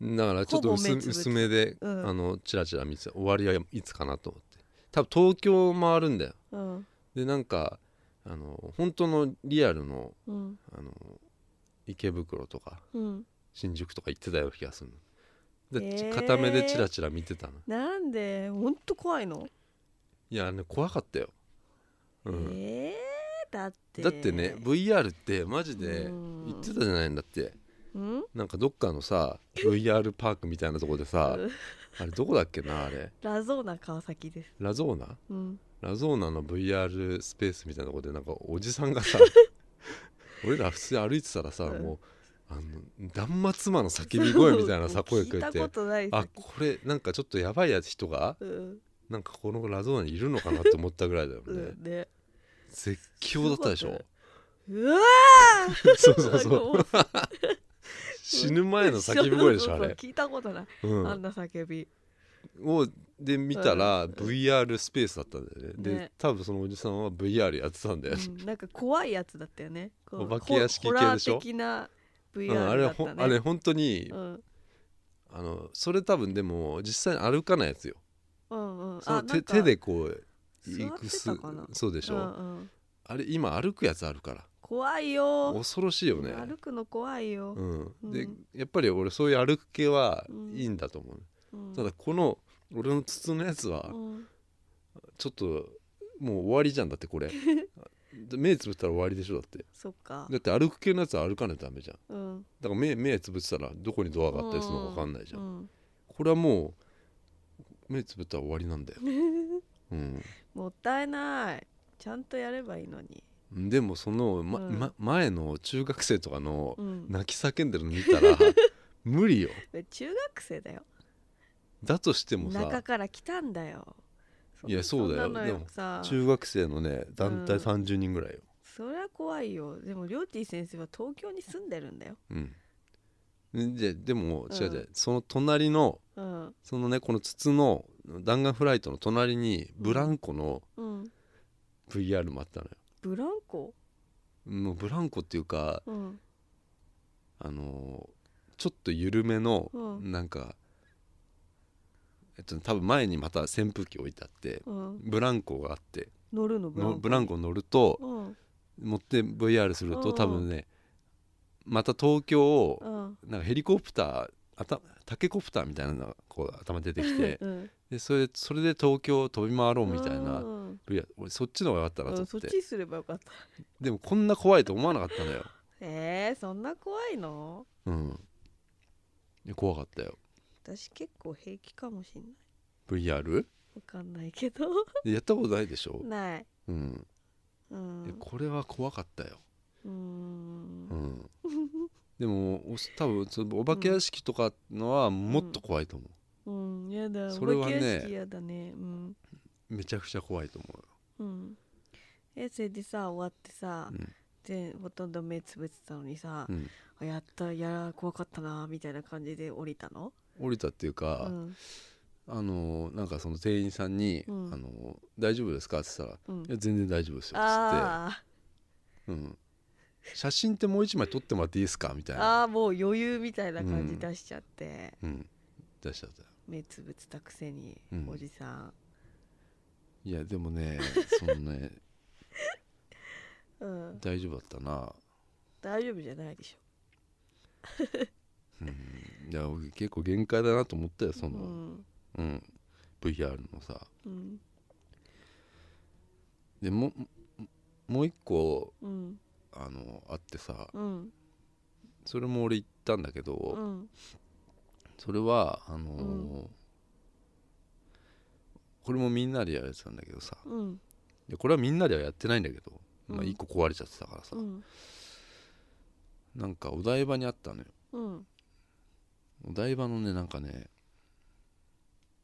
Speaker 1: だからちょっと薄
Speaker 2: ほぼ目つぶって
Speaker 1: 薄めで、
Speaker 2: うん
Speaker 1: あのチラチラ見てた終わりはいつかなと思って多分東京を回るんだよ
Speaker 2: うん
Speaker 1: でなんかあの本当のリアルの
Speaker 2: うん
Speaker 1: あの池袋とか
Speaker 2: うん
Speaker 1: 新宿とか行ってたような気がするので、
Speaker 2: へー
Speaker 1: 片目でチラチラ見てたの
Speaker 2: なんでほんと怖いの
Speaker 1: いやあれね怖かったよ、うん、
Speaker 2: えーだって
Speaker 1: だってね VR ってマジで
Speaker 2: うん
Speaker 1: 言ってたじゃないんだって
Speaker 2: うん
Speaker 1: なんかどっかのさ VR パークみたいなとこでさ
Speaker 2: うん
Speaker 1: あれどこだっけなあれ
Speaker 2: ラゾーナ川崎です
Speaker 1: ラゾーナ
Speaker 2: うん
Speaker 1: ラゾーナの VR スペースみたいなとこでなんかおじさんが さ俺ら普通に歩いてたらさ
Speaker 2: うん
Speaker 1: もうあの断末魔の叫び声みたいなさ声 聞
Speaker 2: 聞い
Speaker 1: こえ
Speaker 2: た
Speaker 1: て
Speaker 2: ことない
Speaker 1: あこれなんかちょっとやばいやつ人が
Speaker 2: うん
Speaker 1: なんかこのラゾーナにいるのかなって思ったぐらいだよ
Speaker 2: う
Speaker 1: ね
Speaker 2: んね
Speaker 1: 絶叫だったでしょ
Speaker 2: うわー
Speaker 1: そうそうそう
Speaker 2: なんかもう
Speaker 1: 死ぬ前の叫び声でしょあ
Speaker 2: そうそうそう
Speaker 1: れ
Speaker 2: 聞いたことない
Speaker 1: うん
Speaker 2: あんな叫び
Speaker 1: をで見たら
Speaker 2: うん
Speaker 1: VR スペースだったんだよね、で
Speaker 2: ね
Speaker 1: 多分そのおじさんは VR やってたんだよね、
Speaker 2: うんなんか怖いやつだったよねこう
Speaker 1: お化け屋敷系でしょ
Speaker 2: ホラー的な
Speaker 1: うん
Speaker 2: VR
Speaker 1: あれ
Speaker 2: だっ
Speaker 1: ほ
Speaker 2: たね
Speaker 1: あれ本当に、
Speaker 2: うん
Speaker 1: あのそれ多分でも実際に歩かないやつよ
Speaker 2: うんうん
Speaker 1: そ
Speaker 2: あ
Speaker 1: の
Speaker 2: なん
Speaker 1: 手
Speaker 2: か
Speaker 1: 手でこう
Speaker 2: 座
Speaker 1: い
Speaker 2: って
Speaker 1: くす
Speaker 2: たかな
Speaker 1: そうでしょ、
Speaker 2: うんうん
Speaker 1: あれ今歩くやつあるから
Speaker 2: 怖いよ
Speaker 1: 恐ろしいよね
Speaker 2: 歩くの怖いよ
Speaker 1: うん、
Speaker 2: うん
Speaker 1: でやっぱり俺そういう歩く系は
Speaker 2: うん
Speaker 1: いいんだと思う、
Speaker 2: うん
Speaker 1: ただこの俺の筒のやつは
Speaker 2: うん
Speaker 1: ちょっともう終わりじゃんだってこ れで目つぶったら終わりでしょだって
Speaker 2: そっか
Speaker 1: だって歩く系のやつは歩かないとダメじゃん
Speaker 2: うん
Speaker 1: だから目目つぶってたらどこにドアがあったりするのか分かんないじゃん、
Speaker 2: うん
Speaker 1: これはもう目つぶったら終わりなんだよ、うん、
Speaker 2: もったいないちゃんとやればいいのに
Speaker 1: でもその、ま
Speaker 2: うん
Speaker 1: ま前の中学生とかの
Speaker 2: うん
Speaker 1: 泣き叫んでるの見たら無理よ、
Speaker 2: 中学生だよ
Speaker 1: だとしても
Speaker 2: 中
Speaker 1: さ
Speaker 2: から来たんだよ
Speaker 1: いやそうだよ
Speaker 2: んなの
Speaker 1: でも
Speaker 2: さ
Speaker 1: 中学生のね団体
Speaker 2: うん
Speaker 1: 30人ぐらいよ、
Speaker 2: そりゃ怖いよでもりょうてぃ先生は東京に住んでるんだよ
Speaker 1: うんででも
Speaker 2: うん
Speaker 1: 違う違う、その隣の
Speaker 2: うん
Speaker 1: そのねこの筒の弾丸フライトの隣にブランコの
Speaker 2: うん
Speaker 1: VR もあったの
Speaker 2: ブランコ
Speaker 1: よもうブランコっていうか
Speaker 2: うん
Speaker 1: あのーちょっと緩めの
Speaker 2: うん
Speaker 1: なんか、えっと、多分前にまた扇風機置いてあって
Speaker 2: うん
Speaker 1: ブランコがあって
Speaker 2: 乗るのブラン
Speaker 1: の
Speaker 2: コ
Speaker 1: ブランコ乗ると
Speaker 2: うん
Speaker 1: 持って VR する
Speaker 2: う
Speaker 1: と
Speaker 2: ん
Speaker 1: 多分ねまた東京を
Speaker 2: うん
Speaker 1: なんかヘリコプターあたタケコプターみたいなのがこう頭出てき て
Speaker 2: うん
Speaker 1: でそれそれで東京を飛び回ろうみたいな
Speaker 2: うん
Speaker 1: VR 俺そっちの方が良かったなと
Speaker 2: う
Speaker 1: 思
Speaker 2: ん
Speaker 1: っ、
Speaker 2: そってちすればよかった
Speaker 1: でもこんな怖いと思わなかったのよ、
Speaker 2: えー、そんな怖いの
Speaker 1: うん、いや怖かったよ
Speaker 2: 私結構平気かもしんない
Speaker 1: VR?
Speaker 2: わかんないけど
Speaker 1: やったことないでしょ、
Speaker 2: ない
Speaker 1: うん、
Speaker 2: う
Speaker 1: いや
Speaker 2: ん
Speaker 1: これは怖かったよ、
Speaker 2: うーん
Speaker 1: うん、でもお多分そのお化け屋敷とかのはもっと怖いと思
Speaker 2: うんやだ
Speaker 1: それはね
Speaker 2: お化け屋敷やだねうん
Speaker 1: うめちゃくちゃ怖いと思うよ
Speaker 2: うんえそれでさ終わってさ、
Speaker 1: うん
Speaker 2: 全ほとんど目つぶってたのにさ、
Speaker 1: うん
Speaker 2: あやったいや怖かったなみたいな感じで降りたの
Speaker 1: 降りたっていうか、
Speaker 2: うん
Speaker 1: あのなんかその店員さんに「
Speaker 2: うん
Speaker 1: あの大丈夫ですか?」って言ったら「
Speaker 2: うん
Speaker 1: いや全然大丈夫ですよ」っつっ
Speaker 2: あ
Speaker 1: て、うん写真ってもう一枚撮ってもらっていいですか?」みた
Speaker 2: ー
Speaker 1: いな、
Speaker 2: あーもう余裕みたいな感じ出しちゃって、
Speaker 1: うん、出しちゃったよ
Speaker 2: 目つぶってたくせに、
Speaker 1: うん
Speaker 2: おじさ
Speaker 1: いやでもね そのね
Speaker 2: ん、うん、
Speaker 1: 大丈夫だったな、
Speaker 2: 大丈夫じゃないでし
Speaker 1: うん、いや俺結構限界だなと思ったよ
Speaker 2: ょ
Speaker 1: そうの、うん
Speaker 2: ん、
Speaker 1: VR のさ
Speaker 2: うん
Speaker 1: でももう一個
Speaker 2: うん
Speaker 1: あのあってさ
Speaker 2: うん
Speaker 1: それも俺行ったんだけど、
Speaker 2: うん
Speaker 1: それはあのー
Speaker 2: う
Speaker 1: これもみんなでやられてたんだけどさ
Speaker 2: うん
Speaker 1: いやこれはみんなではやってないんだけど、まあ、
Speaker 2: うん
Speaker 1: 1個壊れちゃってたからさ、
Speaker 2: うん
Speaker 1: なんかお台場にあったのよ
Speaker 2: うん
Speaker 1: お台場のねなんかね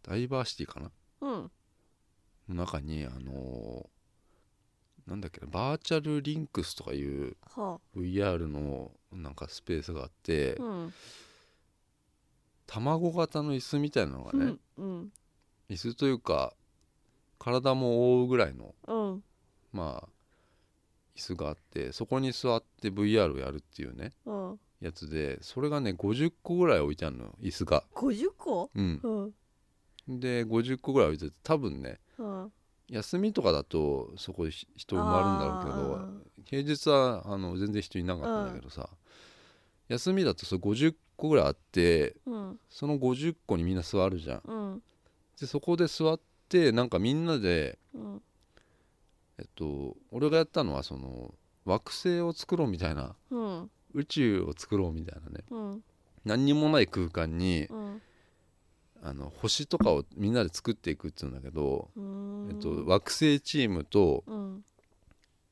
Speaker 1: ダイバーシティかな
Speaker 2: うん
Speaker 1: の中にあのーなんだっけなバーチャルリンクスとかいう
Speaker 2: はあ
Speaker 1: VR のなんかスペースがあって、
Speaker 2: うん
Speaker 1: 卵型の椅子みたいなのが
Speaker 2: う
Speaker 1: ね、
Speaker 2: んうん
Speaker 1: 椅子というか体も覆うぐらいの
Speaker 2: うん
Speaker 1: まあ椅子があってそこに座って VR をやるっていうね
Speaker 2: うん
Speaker 1: やつでそれがね50個ぐらい置いてあるのよ椅子が
Speaker 2: 50個
Speaker 1: うん
Speaker 2: うん
Speaker 1: で50個ぐらい置いてて多分ね
Speaker 2: うん
Speaker 1: 休みとかだとそこひ人埋まるんだろう
Speaker 2: う
Speaker 1: けど平日はあの全然人いなかったんだけどさ休みだとそれ50個ぐらいあって
Speaker 2: けどうん
Speaker 1: その50個にみんな座るじゃん
Speaker 2: うん
Speaker 1: でそこで座ってなんかみんなで
Speaker 2: うん
Speaker 1: えっと俺がやったのはその惑星を作ろうみたいな
Speaker 2: うん
Speaker 1: 宇宙を作ろうみたいなね
Speaker 2: うん
Speaker 1: 何にもない空間に
Speaker 2: うん
Speaker 1: あの星とかをみんなで作っていくっていうんだけど、
Speaker 2: うん
Speaker 1: えっと、惑星チームと
Speaker 2: うん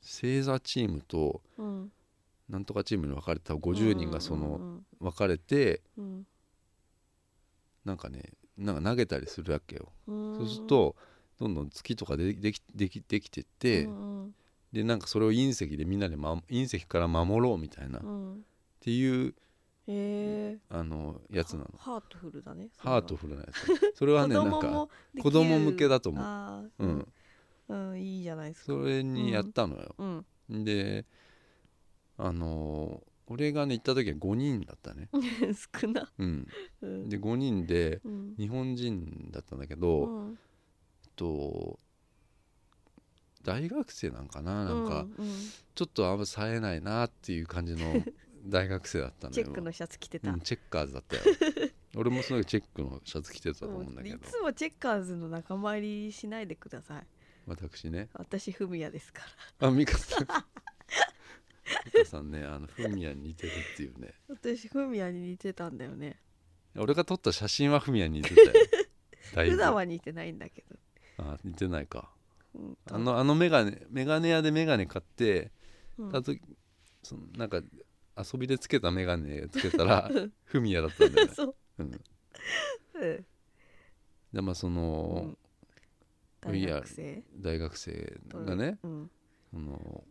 Speaker 1: 星座チームと
Speaker 2: うん
Speaker 1: なんとかチームに分かれて多分50人がその分かれて
Speaker 2: うん
Speaker 1: なんかねなんか投げたりするわけよ。
Speaker 2: うん
Speaker 1: そうするとどんどん月とかでできできできてって、
Speaker 2: うん
Speaker 1: でなんかそれを隕石でみんなで、ま、隕石から守ろうみたいな、
Speaker 2: う
Speaker 1: っ
Speaker 2: ん
Speaker 1: ていう
Speaker 2: へえ
Speaker 1: あのやつなの。
Speaker 2: ハートフルだね
Speaker 1: ハートフルなやつ。それはねなんか子
Speaker 2: 子供
Speaker 1: 供
Speaker 2: もできる
Speaker 1: 向けだと思う。
Speaker 2: あー
Speaker 1: うん、
Speaker 2: うんいいじゃないですか
Speaker 1: それにやったのよ、
Speaker 2: うん
Speaker 1: であのー俺がね行った時は5人だったね、
Speaker 2: 少な
Speaker 1: うん、
Speaker 2: うん
Speaker 1: で5人で
Speaker 2: うん
Speaker 1: 日本人だったんだけど、
Speaker 2: うん
Speaker 1: えっと大学生なんかななん
Speaker 2: う
Speaker 1: か
Speaker 2: うん
Speaker 1: ちょっとあんま冴えないなっていう感じ の大学生だったのよ
Speaker 2: チェックのシャツ着てた
Speaker 1: うん、チェッカーズだったよ俺もその時チェックのシャツ着てたと思うんだけ
Speaker 2: い
Speaker 1: ど
Speaker 2: つもチェッカーズの仲間入りしないでください
Speaker 1: 私ね
Speaker 2: 私フミヤですから
Speaker 1: あ美香 さん美香さんねあのフミヤに似てるっていうね
Speaker 2: 私フミヤに似てたんだよね
Speaker 1: 俺が撮った写真はフミヤに似て たよだいぶ
Speaker 2: 普段は似てないんだけど
Speaker 1: あ似てないか
Speaker 2: うんと
Speaker 1: あのあのメガネメガネ屋でメガネ買って、
Speaker 2: うん
Speaker 1: あとそのなんか遊びでつけ たメガネつけたらフミヤだったんだよね、
Speaker 2: そう
Speaker 1: うん、
Speaker 2: うん
Speaker 1: でまあその
Speaker 2: うん、大学生
Speaker 1: 大学生がね、
Speaker 2: うん
Speaker 1: その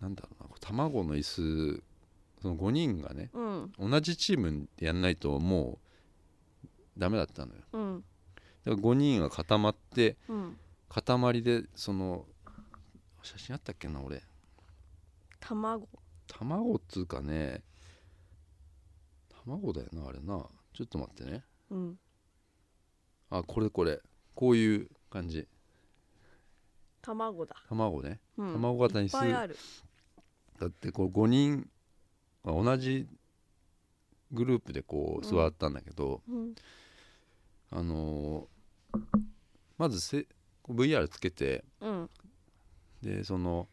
Speaker 1: なんだろうなこう卵の椅子その5人がね
Speaker 2: うん
Speaker 1: 同じチームでやんないともうダメだったのよ
Speaker 2: うん
Speaker 1: だから5人が固まって
Speaker 2: うん
Speaker 1: 塊でその写真あったっけな俺
Speaker 2: 卵
Speaker 1: 卵っつうかね卵だよなあれなちょっと待ってね
Speaker 2: うん
Speaker 1: あこれこれこういう感じ
Speaker 2: 卵だ、
Speaker 1: 卵ね
Speaker 2: うん、
Speaker 1: 卵型
Speaker 2: い
Speaker 1: に
Speaker 2: っ
Speaker 1: す
Speaker 2: ぱい
Speaker 1: る
Speaker 2: ある
Speaker 1: だってこう5人まあ同じグループでこう
Speaker 2: うん
Speaker 1: 座ったんだけど、
Speaker 2: うん
Speaker 1: あのーまずせこう VR つけて
Speaker 2: うん
Speaker 1: でその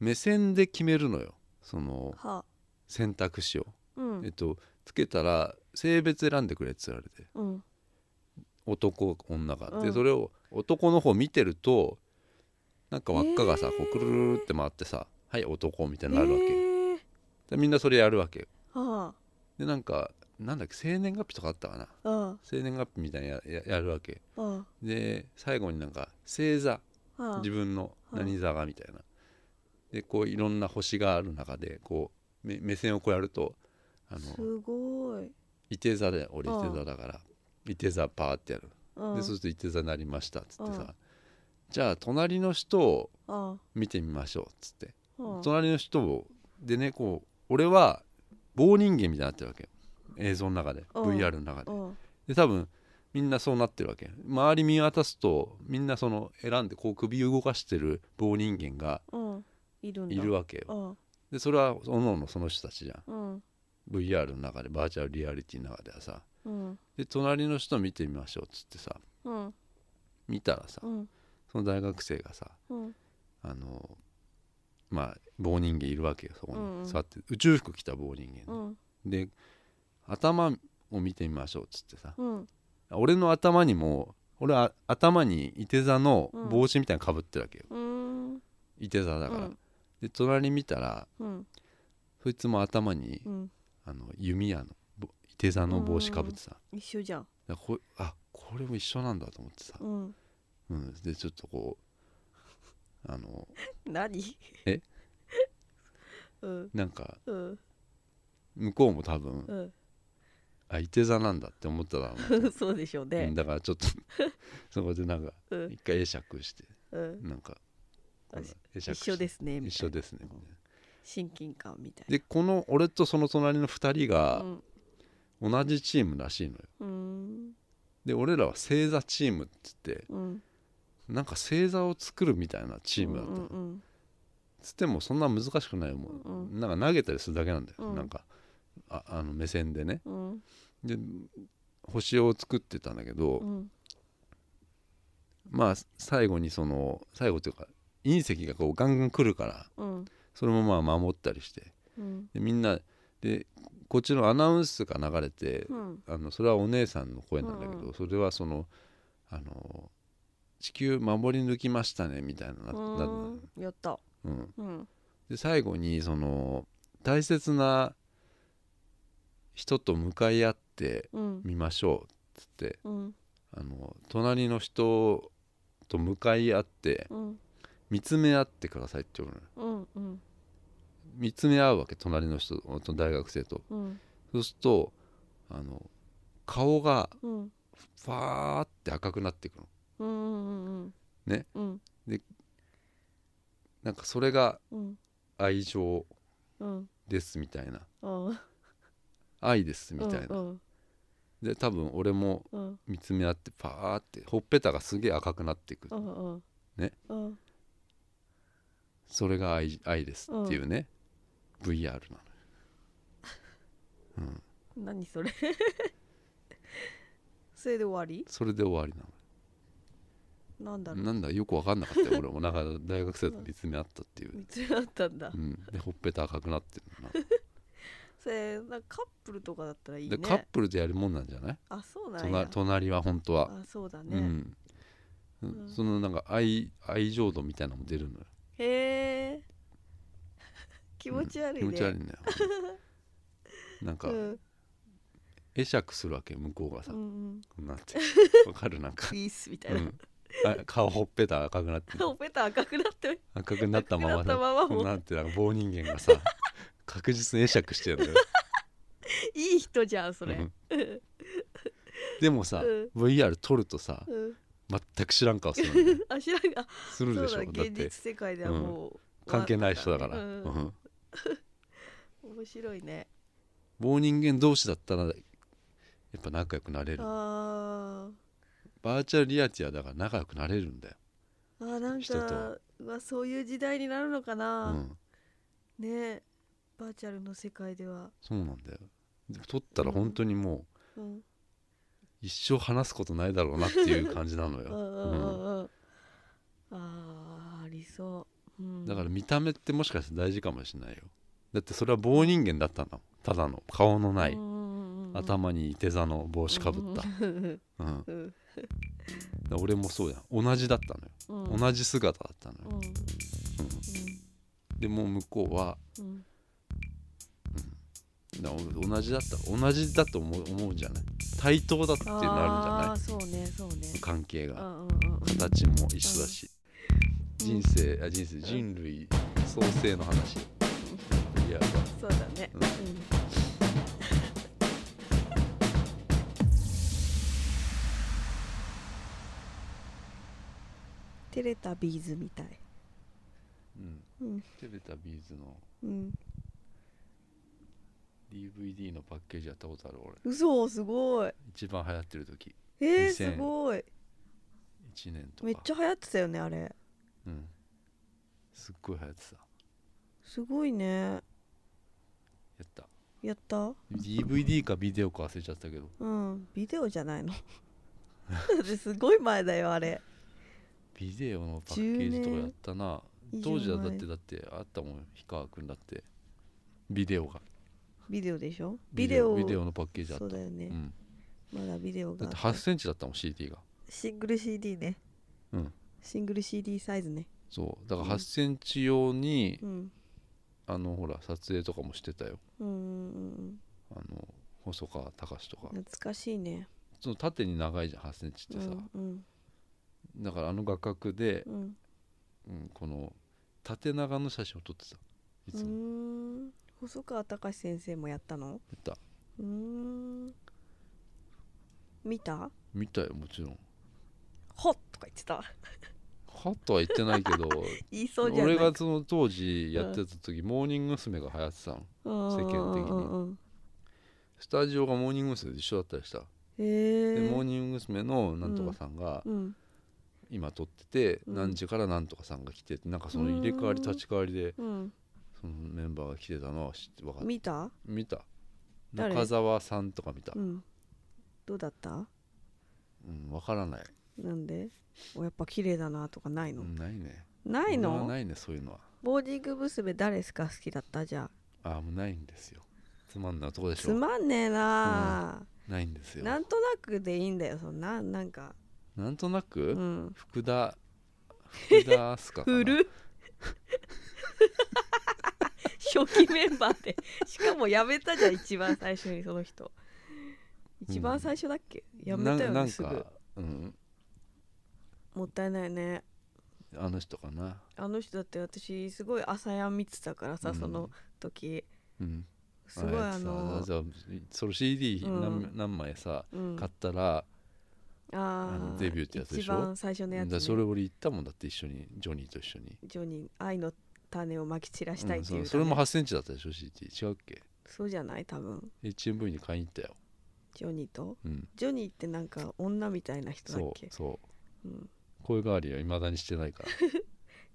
Speaker 1: 目線で決めるのよその
Speaker 2: は
Speaker 1: 選択肢を、
Speaker 2: うん
Speaker 1: えっとつけたら性別選んでくれって言われて
Speaker 2: うん
Speaker 1: 男女が、
Speaker 2: う
Speaker 1: で
Speaker 2: ん
Speaker 1: それを男の方見てるとなんか輪っかがさ、
Speaker 2: えー
Speaker 1: こうくるるるって回ってさ「はい男」みたいにな
Speaker 2: え
Speaker 1: るわけ、
Speaker 2: ー、
Speaker 1: でみんなそれやるわけよ
Speaker 2: は
Speaker 1: でなんかなんだっけ生年月日とかあったかな
Speaker 2: ああ
Speaker 1: 生年月日みたいにやややるわけ
Speaker 2: ああ
Speaker 1: で最後になんか星座
Speaker 2: ああ
Speaker 1: 自分の
Speaker 2: うん
Speaker 1: 何座がみたいなでこういろんな星がある中でこう目目線をこうやるとあの
Speaker 2: すごい
Speaker 1: いて座で俺い
Speaker 2: うん
Speaker 1: て座だからいて座パーってやる
Speaker 2: うん
Speaker 1: でそうすると「いて座になりました」っつって
Speaker 2: うん
Speaker 1: さ「じゃあ隣の人を
Speaker 2: あ
Speaker 1: 見てみましょう」っつって
Speaker 2: あああ
Speaker 1: 隣の人をでねこう俺は棒人間みたいになってるわけ映像の中で
Speaker 2: うん
Speaker 1: VR の中で
Speaker 2: うん
Speaker 1: で多分みんなそうなってるわけ周り見渡すとみんなその選んでこう首動かしてる棒人間が
Speaker 2: うんいるんだ
Speaker 1: いるわけよ
Speaker 2: うん
Speaker 1: でそれはおのおのその人たちじゃん
Speaker 2: うん
Speaker 1: VR の中でバーチャルリアリティの中ではさ
Speaker 2: うん
Speaker 1: で隣の人見てみましょうっつってさ
Speaker 2: うん
Speaker 1: 見たらさ
Speaker 2: うん
Speaker 1: その大学生がさ
Speaker 2: うん
Speaker 1: あのまあ棒人間いるわけよそこ
Speaker 2: うんうん
Speaker 1: に座って宇宙服着た棒人
Speaker 2: う
Speaker 1: 間ね
Speaker 2: ん
Speaker 1: で頭を見てみましょうっつってさ
Speaker 2: うん
Speaker 1: 俺の頭にも俺は頭にいて座の帽子みたいなのかぶってるわけよ
Speaker 2: うん
Speaker 1: いて座だから、
Speaker 2: うん
Speaker 1: で隣見たら
Speaker 2: うん
Speaker 1: そいつも頭に、
Speaker 2: うん
Speaker 1: あの弓矢のぼいて座の帽子かぶってさ、
Speaker 2: 一緒じゃん
Speaker 1: だからこあこれも一緒なんだと思ってさ、
Speaker 2: うん
Speaker 1: うん、でちょっとこうあの
Speaker 2: 何
Speaker 1: え
Speaker 2: うん
Speaker 1: なんか
Speaker 2: うん
Speaker 1: 向こうも多分
Speaker 2: うん
Speaker 1: あいて座なんだって思っただろうな
Speaker 2: そうでしょう
Speaker 1: う
Speaker 2: ね
Speaker 1: ん。だからちょっと そこでなんか
Speaker 2: うん
Speaker 1: 一回会釈して
Speaker 2: うん、
Speaker 1: なんかこんな
Speaker 2: あ
Speaker 1: 会釈
Speaker 2: 一
Speaker 1: して
Speaker 2: 緒ですね。み
Speaker 1: 一
Speaker 2: た
Speaker 1: 緒
Speaker 2: いな
Speaker 1: ですねみたいな
Speaker 2: 親近感みたい
Speaker 1: でこの俺とその隣の2人
Speaker 2: な。
Speaker 1: が
Speaker 2: うん
Speaker 1: 同じチームらしいのよ
Speaker 2: うん
Speaker 1: で俺らは星座チームって言って
Speaker 2: うん
Speaker 1: なんか星座を作るみたいなチームだったの、
Speaker 2: うん
Speaker 1: つってもそんな難しくないもん、
Speaker 2: うん
Speaker 1: なんか投げたりするだけなんだよ、
Speaker 2: うん
Speaker 1: なんかああの目線でね
Speaker 2: うん
Speaker 1: で星を作ってたんだけど、
Speaker 2: うん
Speaker 1: まあ最後にその最後というか隕石がこうガンガン来るから
Speaker 2: うん
Speaker 1: それもまあ守ったりして
Speaker 2: うん
Speaker 1: でみんなでこっちのアナウンスが流れて、
Speaker 2: うん
Speaker 1: あのそれはお姉さんの声なんだけど、
Speaker 2: うんうん
Speaker 1: それはそのあの地球守り抜きましたねみたいなななるのよ
Speaker 2: うんやった。
Speaker 1: うん、
Speaker 2: うん
Speaker 1: で最後にその大切な人と向かい合って
Speaker 2: うん
Speaker 1: みましょうっつって
Speaker 2: うん
Speaker 1: あの隣の人と向かい合って
Speaker 2: うん
Speaker 1: 見つめ合ってくださいって言うのよ
Speaker 2: うんうん
Speaker 1: 見つめ合うわけ隣の人と大学生と
Speaker 2: うん
Speaker 1: そうするとあの顔が
Speaker 2: うん
Speaker 1: ファーって赤くなっていくの
Speaker 2: うんうんうん
Speaker 1: ね。
Speaker 2: うん
Speaker 1: なんかそれが
Speaker 2: うん
Speaker 1: 愛情
Speaker 2: うん
Speaker 1: ですみたいな
Speaker 2: あ
Speaker 1: 愛です
Speaker 2: ー
Speaker 1: みたいな、
Speaker 2: うん
Speaker 1: で多分俺も
Speaker 2: うん
Speaker 1: 見つめ合ってパーってほっぺたがすげえ赤くなっていく
Speaker 2: うんうん
Speaker 1: ね。
Speaker 2: うん
Speaker 1: それが愛愛ですっていうね、VR なのよ、うん、
Speaker 2: 何それ。 それで終わり？
Speaker 1: それで終わりな
Speaker 2: なんだろ
Speaker 1: の
Speaker 2: う。
Speaker 1: なんだよく分かんなか ったよ俺もなんか大学生と見つめ合ったっていう
Speaker 2: 見、つめ合ったんだ
Speaker 1: う。ん、でほっぺた赤くなってるのな
Speaker 2: それなんかカップルとかだったらいい
Speaker 1: で
Speaker 2: ね。
Speaker 1: カップルでやるもんなんじゃない
Speaker 2: あそうなんや
Speaker 1: 隣。隣は本当は、
Speaker 2: あそうだ
Speaker 1: う
Speaker 2: ね。
Speaker 1: ん、
Speaker 2: ん
Speaker 1: そのなんか愛愛情度みたいなのも出るのよ
Speaker 2: へえ。 気持ち悪いね。
Speaker 1: 気持ち悪いんだよなんか、
Speaker 2: うん
Speaker 1: え会釈するわけ向こうがさ、
Speaker 2: うん
Speaker 1: こんなんて わかるなんか
Speaker 2: ピ、ースみたいうな、
Speaker 1: ん、あ顔ほっぺた赤くなって
Speaker 2: おペタ赤くなって
Speaker 1: 赤くなったまま
Speaker 2: 赤くな
Speaker 1: さ
Speaker 2: ったままも
Speaker 1: こんなんてなんか棒人間が さ確実に会釈してるんだよ
Speaker 2: いい人じゃんそれ、
Speaker 1: うん
Speaker 2: うん
Speaker 1: でもさ、
Speaker 2: う
Speaker 1: VR 撮るとさ
Speaker 2: うん、
Speaker 1: 全く知らん顔するんだよ
Speaker 2: あ知らんが
Speaker 1: するでし
Speaker 2: そう
Speaker 1: ょ
Speaker 2: だ
Speaker 1: だっ
Speaker 2: 現実
Speaker 1: て
Speaker 2: 世界ではもう、
Speaker 1: 関係ない人だから、
Speaker 2: う
Speaker 1: うん
Speaker 2: ん面白いね
Speaker 1: 棒人間同士だったらやっぱ仲良くなれる
Speaker 2: あー
Speaker 1: バーチャルリアリティはだから仲良くなれるんだよ、
Speaker 2: あーなん
Speaker 1: 人と
Speaker 2: かうわそういう時代になるのか
Speaker 1: う
Speaker 2: な、
Speaker 1: ん、
Speaker 2: ねバーチャルの世界では、
Speaker 1: そうなんだよでも撮ったら本当にもう
Speaker 2: うん、
Speaker 1: 一生話すことないだろうなっていう感じなの
Speaker 2: う
Speaker 1: よ、
Speaker 2: んうんう
Speaker 1: うん
Speaker 2: んうんあーありそう、うん、
Speaker 1: だから見た目ってもしかして大事かもしれないよだってそれは棒人間だったのただの顔のない、
Speaker 2: うんうんうんうん
Speaker 1: 頭にいて座の帽子かぶった、
Speaker 2: うん
Speaker 1: うん
Speaker 2: うん
Speaker 1: だから俺もそうやん同じだったのよ、
Speaker 2: うん
Speaker 1: 同じ姿だったのよ、
Speaker 2: うん
Speaker 1: でも向こうは
Speaker 2: うん
Speaker 1: だから同じだった同じだと思う思うじゃない対等だってなるんじゃ
Speaker 2: あ
Speaker 1: な
Speaker 2: ーそうねそうね
Speaker 1: い関係が
Speaker 2: うんうんうん
Speaker 1: 形も一緒だし、
Speaker 2: うん
Speaker 1: 人生あ人生人類創生の話いや
Speaker 2: そうだね、
Speaker 1: うん
Speaker 2: うん照れたビーズみたい、
Speaker 1: うん
Speaker 2: うん
Speaker 1: テベタビーズの
Speaker 2: うん、
Speaker 1: DVD のパッケージやったことある俺
Speaker 2: 嘘すごい
Speaker 1: 一番流行ってる時
Speaker 2: えー、
Speaker 1: 2000
Speaker 2: すごい
Speaker 1: 1年とか
Speaker 2: めっちゃ流行ってたよねあれ
Speaker 1: うんすっごい流行ってたや
Speaker 2: すごいね
Speaker 1: った
Speaker 2: やった
Speaker 1: DVD かビデオか忘れちゃったけど
Speaker 2: うんビデオじゃない のだってすごい前だよあれ
Speaker 1: ビデオのパッケージとかやったな
Speaker 2: 10年
Speaker 1: 当時はだっ
Speaker 2: 以
Speaker 1: て
Speaker 2: 上
Speaker 1: だってあったもん氷川君だってビデオが
Speaker 2: ビデオでしょビデオ
Speaker 1: ビデオのパッケージあった
Speaker 2: そうだよ
Speaker 1: う
Speaker 2: ね、
Speaker 1: ん、
Speaker 2: まだビデオ
Speaker 1: だっ
Speaker 2: が
Speaker 1: て8センチだったもん CD が
Speaker 2: シングル CD ね
Speaker 1: うん
Speaker 2: シングル CD サイズね
Speaker 1: そうだから8センチ用に、
Speaker 2: うん
Speaker 1: あのほら撮影とかもしてたよ
Speaker 2: うんうんうん
Speaker 1: あの細川隆とか
Speaker 2: 懐かしいね
Speaker 1: その縦に長いじゃん8センチってさ、
Speaker 2: うん
Speaker 1: だからあの画角で、
Speaker 2: うんうん
Speaker 1: うん、この縦長の写真を撮ってたいうつもや
Speaker 2: ーん細川隆先生もやったの
Speaker 1: った
Speaker 2: うーん見た
Speaker 1: 見たよもちろん
Speaker 2: 「ほっ!」とか言ってた
Speaker 1: はとは言ってないけ ど
Speaker 2: 言いそうじゃない
Speaker 1: 俺がその当時やってた時、モーニング娘。が流行ってたの
Speaker 2: 世
Speaker 1: 間的にスタジオがモーニング娘。で一緒だったりした、
Speaker 2: 的にへ
Speaker 1: で
Speaker 2: え
Speaker 1: モーニング娘。のなんとかさんが
Speaker 2: うん
Speaker 1: 今撮ってて、
Speaker 2: うん
Speaker 1: 何時からなんとかさんが来ててなんかその入れ替わり
Speaker 2: うん
Speaker 1: 立ち替わりで
Speaker 2: うん
Speaker 1: そのメンバーが来てたのは知って分かった
Speaker 2: 見た
Speaker 1: 見た
Speaker 2: 誰
Speaker 1: 中澤さんとか見た、う
Speaker 2: うんんどうだった
Speaker 1: 分からない、
Speaker 2: なんでおやっぱ綺麗だなとかないの
Speaker 1: ないね
Speaker 2: ない
Speaker 1: 俺は
Speaker 2: の
Speaker 1: ないねそういうのは
Speaker 2: ボーディング娘。誰ですか好きだったじゃあ
Speaker 1: ああもうないんですよつまんない男でし
Speaker 2: つ
Speaker 1: ょ
Speaker 2: まんねえなあ、
Speaker 1: ないんですよ
Speaker 2: な
Speaker 1: なん
Speaker 2: んとなくでいいんだよそんななんか
Speaker 1: となく、
Speaker 2: うん
Speaker 1: 福 田福田明日香かな
Speaker 2: 古っ 初期メンバーでしかもやめたじゃん一番最初にその人一番最初だっけ、やめたよ
Speaker 1: なな
Speaker 2: ね
Speaker 1: ん
Speaker 2: すぐ
Speaker 1: か、うん、
Speaker 2: もったいないね
Speaker 1: あの人かな
Speaker 2: あの人だって私すごい朝やん見てたからさ、
Speaker 1: うん
Speaker 2: その時
Speaker 1: うん
Speaker 2: すごい
Speaker 1: や
Speaker 2: あ
Speaker 1: つさ
Speaker 2: の
Speaker 1: じゃあその CD
Speaker 2: うん
Speaker 1: 何,、何枚さ
Speaker 2: うん
Speaker 1: 買ったら、あ
Speaker 2: あ
Speaker 1: の
Speaker 2: ー
Speaker 1: デビューってやつでしょ
Speaker 2: 一番最初のや
Speaker 1: だ
Speaker 2: つ、
Speaker 1: か
Speaker 2: ね
Speaker 1: ら、それ俺行ったもんだって一緒にジョニーと一緒に、
Speaker 2: ジョニー愛の種をまき散らしたい
Speaker 1: うん
Speaker 2: って
Speaker 1: そ
Speaker 2: いう、
Speaker 1: うそれも8センチだったでしょ CD 違うっけ
Speaker 2: そうじゃない多分
Speaker 1: HMV に買いに行ったよ、
Speaker 2: ジョニーと
Speaker 1: うん、
Speaker 2: ジョニーってなんか女みたいな人だっ
Speaker 1: そう
Speaker 2: け、
Speaker 1: そう
Speaker 2: ん、
Speaker 1: 声変わりはいまだにしてないから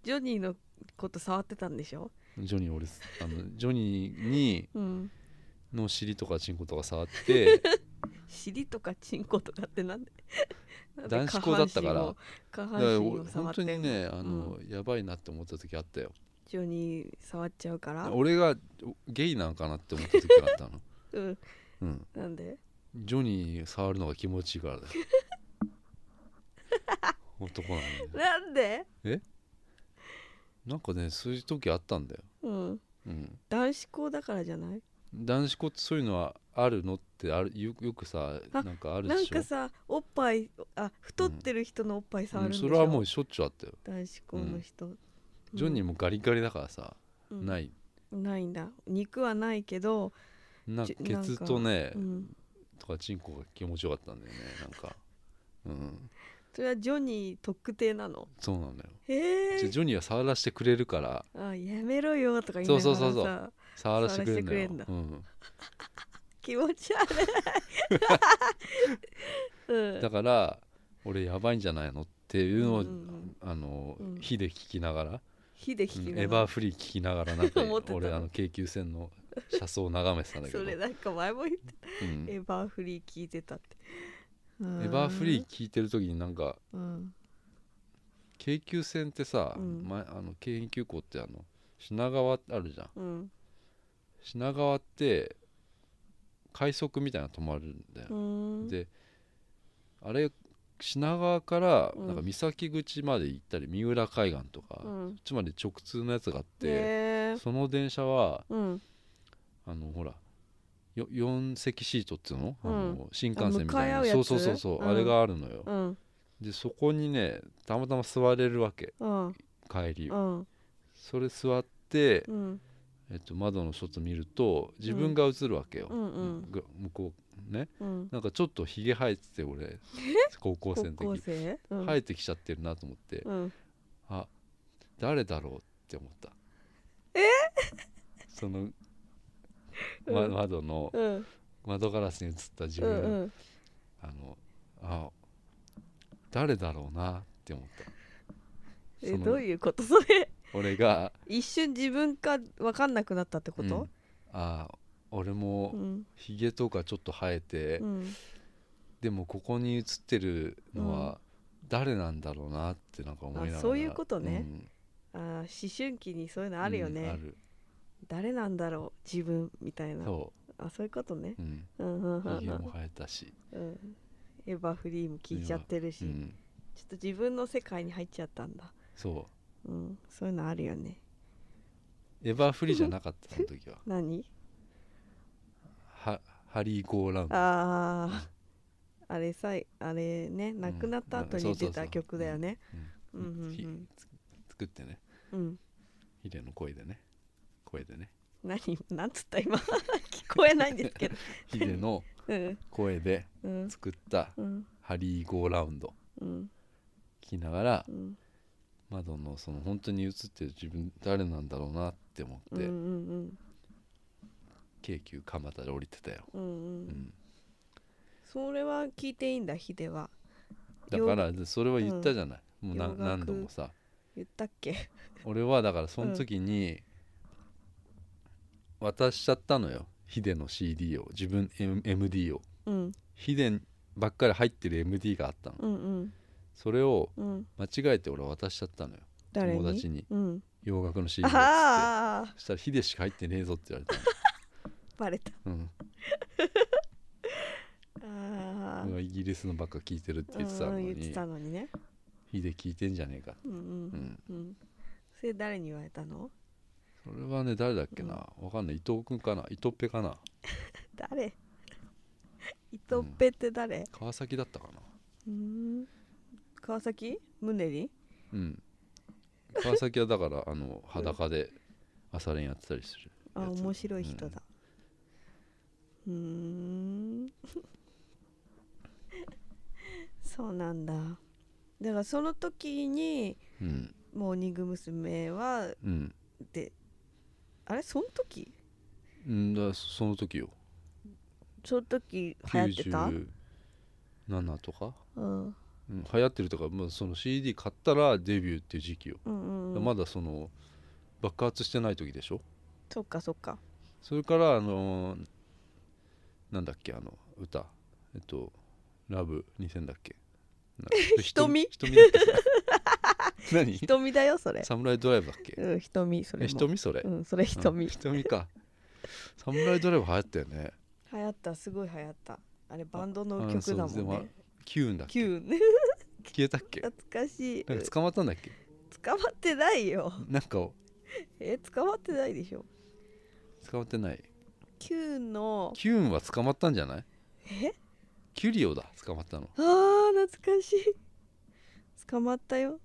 Speaker 2: ジョニーのこと触ってたんでしょ
Speaker 1: ジョニー俺あのジョニーに
Speaker 2: うん
Speaker 1: の尻とかチンコとか触って
Speaker 2: 尻とかチンコとかってなんで なんで
Speaker 1: 男子校だったから
Speaker 2: 下
Speaker 1: だ
Speaker 2: 半
Speaker 1: か
Speaker 2: 身
Speaker 1: ら
Speaker 2: を
Speaker 1: 俺
Speaker 2: 下半身を触
Speaker 1: 本
Speaker 2: っ
Speaker 1: 当
Speaker 2: て
Speaker 1: に
Speaker 2: んの
Speaker 1: ねあの、やばいなって思った時あったよ
Speaker 2: ジョニー触っちゃうから
Speaker 1: 俺がおゲイなんかなって思った時があった の、
Speaker 2: うん
Speaker 1: うん、
Speaker 2: なんで
Speaker 1: ジョニー触るのが気持ちいいからだ よ男なのに
Speaker 2: なんで
Speaker 1: なんかねそういう時あったんだよ、
Speaker 2: うん
Speaker 1: うん、
Speaker 2: 男子校だからじゃない
Speaker 1: 男子校ってそういうのはあるのってあるよよくさ
Speaker 2: あ
Speaker 1: なんかある
Speaker 2: な
Speaker 1: で
Speaker 2: ん
Speaker 1: しょ
Speaker 2: かさおっぱいあ太ってる人のおっぱい触
Speaker 1: う
Speaker 2: る
Speaker 1: んん
Speaker 2: でしょ、
Speaker 1: それはもうしょっちゅうあったよ
Speaker 2: 男子校の人、
Speaker 1: ジョニー
Speaker 2: も、
Speaker 1: もガリガリだからさ、
Speaker 2: うん
Speaker 1: ない
Speaker 2: ないんだ肉はないけど、
Speaker 1: なんか
Speaker 2: じゅ
Speaker 1: ケツとね、
Speaker 2: うん、
Speaker 1: とかチンコが気持ちよかったんだよねなんかうん
Speaker 2: それはジョニー特定なの
Speaker 1: そうなんだよ
Speaker 2: へ
Speaker 1: じゃ
Speaker 2: え
Speaker 1: ジョニーは触らせてくれるから
Speaker 2: あやめろよとか言いながらさ
Speaker 1: そうそうそうそう触らせてくれるんだよ
Speaker 2: 触らせて
Speaker 1: うん、
Speaker 2: 気持ち悪い、う ん、
Speaker 1: だから俺やばいんじゃないのっていうのを、
Speaker 2: うんうん
Speaker 1: あの、
Speaker 2: うん
Speaker 1: 火で聞きながら
Speaker 2: 火で聞き
Speaker 1: うん
Speaker 2: な
Speaker 1: エ
Speaker 2: がら
Speaker 1: バーフリー聞きながらなんか
Speaker 2: 思ってたの
Speaker 1: 俺あの京急線の車窓を眺めてたんだけ
Speaker 2: そ
Speaker 1: ど
Speaker 2: れなんか前も言って
Speaker 1: うん
Speaker 2: たエバーフリー聞いてたって
Speaker 1: エバーフリー聞いてる時になんか
Speaker 2: ーうん
Speaker 1: 京急線ってさ、
Speaker 2: うん
Speaker 1: 前あの京浜急行ってあの品川あるじゃん
Speaker 2: うん
Speaker 1: 品川って快速みたいなの止まるんだよ
Speaker 2: う、ん
Speaker 1: であれ品川から
Speaker 2: うん
Speaker 1: なんか三崎口まで行ったり三浦海岸とか、
Speaker 2: う
Speaker 1: こ
Speaker 2: ん
Speaker 1: っちまで直通のやつがあって、
Speaker 2: へえ
Speaker 1: その電車は
Speaker 2: うん
Speaker 1: あのほらよ4席シートっていうの,、
Speaker 2: うん
Speaker 1: あの新幹線みたい
Speaker 2: あ向かい合
Speaker 1: な
Speaker 2: うやつ
Speaker 1: そうそうそうそう、
Speaker 2: うん
Speaker 1: あれがあるのよ、
Speaker 2: うん
Speaker 1: でそこにねたまたま座れるわけ
Speaker 2: うん
Speaker 1: 帰り、
Speaker 2: うん
Speaker 1: それ座って、
Speaker 2: うん
Speaker 1: えっと、窓の外見ると自分が映るわけよ、
Speaker 2: うんうん
Speaker 1: ぐ向こうね
Speaker 2: うん
Speaker 1: なんかちょっとひげ生えてて俺高校
Speaker 2: 高
Speaker 1: 生の時
Speaker 2: 校生うん
Speaker 1: 生えてきちゃってるなと思って、
Speaker 2: うん
Speaker 1: あ誰だろうって思った
Speaker 2: え
Speaker 1: その、
Speaker 2: うん
Speaker 1: ま、窓の
Speaker 2: うん
Speaker 1: 窓ガラスに映った自
Speaker 2: う
Speaker 1: 分、
Speaker 2: んうん
Speaker 1: あのあ誰だろうなって思った
Speaker 2: え
Speaker 1: その
Speaker 2: どういうことそれ
Speaker 1: 俺が
Speaker 2: 一瞬自分か分かんなくなったってこ
Speaker 1: う
Speaker 2: と
Speaker 1: んあ俺
Speaker 2: う
Speaker 1: も
Speaker 2: ん
Speaker 1: ひげとかちょっと生えて、
Speaker 2: うん
Speaker 1: でもここに映ってるのは誰なんだろうなってなんか思いながら
Speaker 2: あそういうことね
Speaker 1: ん
Speaker 2: あー思春期にそういうのあるよ
Speaker 1: うんあ
Speaker 2: ね
Speaker 1: る
Speaker 2: 誰なんだろう自分みたいな
Speaker 1: そ
Speaker 2: あそういうことね
Speaker 1: う、うん、
Speaker 2: うんうんうん
Speaker 1: ひげも生えたし、
Speaker 2: うんうんエヴァフリーも聞いちゃってるし、
Speaker 1: うん、
Speaker 2: ちょっと自分の世界に入っちゃったんだ、
Speaker 1: そ
Speaker 2: うん、そういうのあるよね
Speaker 1: うエヴァフリーじゃなかったその時は
Speaker 2: 何
Speaker 1: はハリー・ゴーラウンド
Speaker 2: あーあれさあれね亡くなった
Speaker 1: う
Speaker 2: 後
Speaker 1: んそ
Speaker 2: に
Speaker 1: うそうそ
Speaker 2: 出
Speaker 1: う
Speaker 2: た曲だよねう
Speaker 1: うん
Speaker 2: うんん
Speaker 1: ひ作ってね
Speaker 2: うん、うん、
Speaker 1: ヒデの声でね声でね
Speaker 2: 何 なんつった今聞こえないんですけど
Speaker 1: ヒデの
Speaker 2: うん
Speaker 1: 声で
Speaker 2: うん
Speaker 1: 作った
Speaker 2: うん
Speaker 1: ハリー・ゴーラウンド
Speaker 2: うん
Speaker 1: 聞きながら
Speaker 2: うん
Speaker 1: 窓のその本当に映ってる自分誰なんだろうなって思
Speaker 2: う
Speaker 1: っ
Speaker 2: んう
Speaker 1: て、
Speaker 2: ん
Speaker 1: 京急蒲田で降りてたよ、
Speaker 2: うんうん
Speaker 1: う
Speaker 2: うん
Speaker 1: ん、
Speaker 2: それは聞いていいんだヒデは
Speaker 1: だからでそれは言ったじゃない、もうな
Speaker 2: 洋楽
Speaker 1: 何度もさ
Speaker 2: 言ったっけ
Speaker 1: 俺はだからその時に渡しちゃったのよヒデの CD を自分 M- MD を
Speaker 2: うん
Speaker 1: ヒデばっかり入ってる MD があったの
Speaker 2: うんうん
Speaker 1: それを
Speaker 2: うん
Speaker 1: 間違えて俺は渡しちゃったのよ
Speaker 2: 誰に
Speaker 1: 友達に
Speaker 2: うん
Speaker 1: 洋楽の CD をっつって
Speaker 2: ああ
Speaker 1: そしたらヒデしか入ってねえぞって言われた
Speaker 2: バレた
Speaker 1: の、うん
Speaker 2: ああ
Speaker 1: 俺はイギリスのばっか聞いてるって言ってたの
Speaker 2: うんうん言っ
Speaker 1: に
Speaker 2: てたのにね
Speaker 1: ヒデ聞いてんじゃねえか
Speaker 2: うん
Speaker 1: う
Speaker 2: うん
Speaker 1: ん
Speaker 2: うんそれ誰に言われたの
Speaker 1: それはね誰だっけなわかんない伊藤君かな伊藤っぺかな
Speaker 2: 誰伊藤っぺって誰
Speaker 1: 川崎だったかな
Speaker 2: うーん川崎ムネリ
Speaker 1: うん川崎はだからあの裸で朝練やってたりする
Speaker 2: あ
Speaker 1: やつ
Speaker 2: 面白い人だうーん そうなんだだからその時に
Speaker 1: うん
Speaker 2: モーニング娘。は
Speaker 1: うん、
Speaker 2: であれその時
Speaker 1: うん、だからその時よ
Speaker 2: その時流行ってた、
Speaker 1: 97とか、
Speaker 2: うん、
Speaker 1: うん、流行ってるとか、まあ、その CD 買ったらデビューっていう時期よ、
Speaker 2: うんうん、
Speaker 1: まだその爆発してない時でしょ
Speaker 2: そっかそ っか
Speaker 1: それからあのーなんだっけあの歌えっと「ラブ2000」だっけな
Speaker 2: 瞳
Speaker 1: 瞳だっけ何
Speaker 2: 瞳だよそれ
Speaker 1: サムライドライブだっけ
Speaker 2: うん瞳そ
Speaker 1: え
Speaker 2: れも
Speaker 1: 瞳それ
Speaker 2: うんそれ
Speaker 1: うん
Speaker 2: 瞳
Speaker 1: 瞳かサムライドライブ流行ったよね
Speaker 2: 流行ったすごい流行ったあれバンド
Speaker 1: あ
Speaker 2: の
Speaker 1: の
Speaker 2: 曲だも
Speaker 1: そうで
Speaker 2: んね
Speaker 1: キューンだっけ
Speaker 2: キュ ーね
Speaker 1: 消えたっけ
Speaker 2: 懐かしい
Speaker 1: なんか捕まったんだっけ
Speaker 2: 捕まってないよ
Speaker 1: なんか
Speaker 2: え捕まってないでしょ
Speaker 1: 捕まってない
Speaker 2: キューの
Speaker 1: キューンは捕まったんじゃない
Speaker 2: え
Speaker 1: キュリオだ捕まったの
Speaker 2: あー懐かしい捕まったよ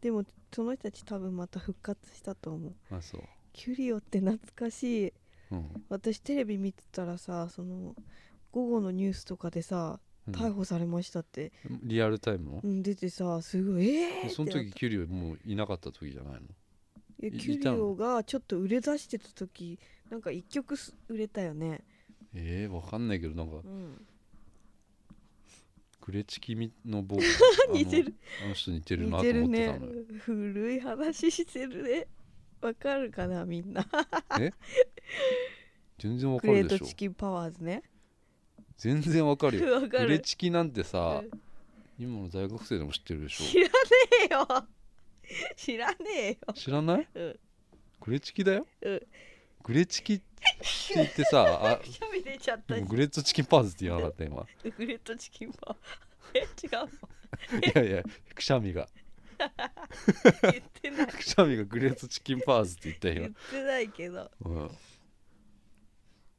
Speaker 2: でもその人たち多分また復活したと思う
Speaker 1: あそう、
Speaker 2: キュリオって懐かしい
Speaker 1: うん
Speaker 2: 私テレビ見てたらさその午後のニュースとかでさ
Speaker 1: うん
Speaker 2: 逮捕されましたって、
Speaker 1: リアルタイムの
Speaker 2: う、ん、出てさすごいええー、
Speaker 1: その
Speaker 2: ってな
Speaker 1: 時
Speaker 2: っ
Speaker 1: キュリオもういなかった時じゃないの
Speaker 2: たいや
Speaker 1: い
Speaker 2: キュリオがちょっと売れ出してた時なんか一曲す売れたよね
Speaker 1: えー、わかんないけどなんか
Speaker 2: うん
Speaker 1: グレチキミのボ
Speaker 2: 似てる
Speaker 1: あのあの人似てる
Speaker 2: 似
Speaker 1: なと
Speaker 2: て
Speaker 1: 思
Speaker 2: る
Speaker 1: って
Speaker 2: ね
Speaker 1: たのよ、
Speaker 2: 古い話してるねわかるかなみんな
Speaker 1: 全然わ
Speaker 2: ク
Speaker 1: か
Speaker 2: レ
Speaker 1: る
Speaker 2: ー
Speaker 1: で
Speaker 2: ト
Speaker 1: しょ
Speaker 2: チキンパワーズね
Speaker 1: 全然わかるよ
Speaker 2: わか
Speaker 1: グレ
Speaker 2: る
Speaker 1: チキなんてさ
Speaker 2: うん
Speaker 1: 今の大学生でも知ってるでし
Speaker 2: 知らねえよ知らねえよ
Speaker 1: ょ知らない
Speaker 2: うん
Speaker 1: グレチキだよ
Speaker 2: うん
Speaker 1: グレチキって言って さあ
Speaker 2: くしゃみ出ちゃった
Speaker 1: で
Speaker 2: し
Speaker 1: もグレットチキンパーズって言わなかった今
Speaker 2: グレートチキン パワーえ違う
Speaker 1: いやいやくしゃみが
Speaker 2: の言ってない
Speaker 1: くしゃみがグレットチキンパーズって言った
Speaker 2: 言っ
Speaker 1: よ
Speaker 2: てないけど
Speaker 1: 今、うん、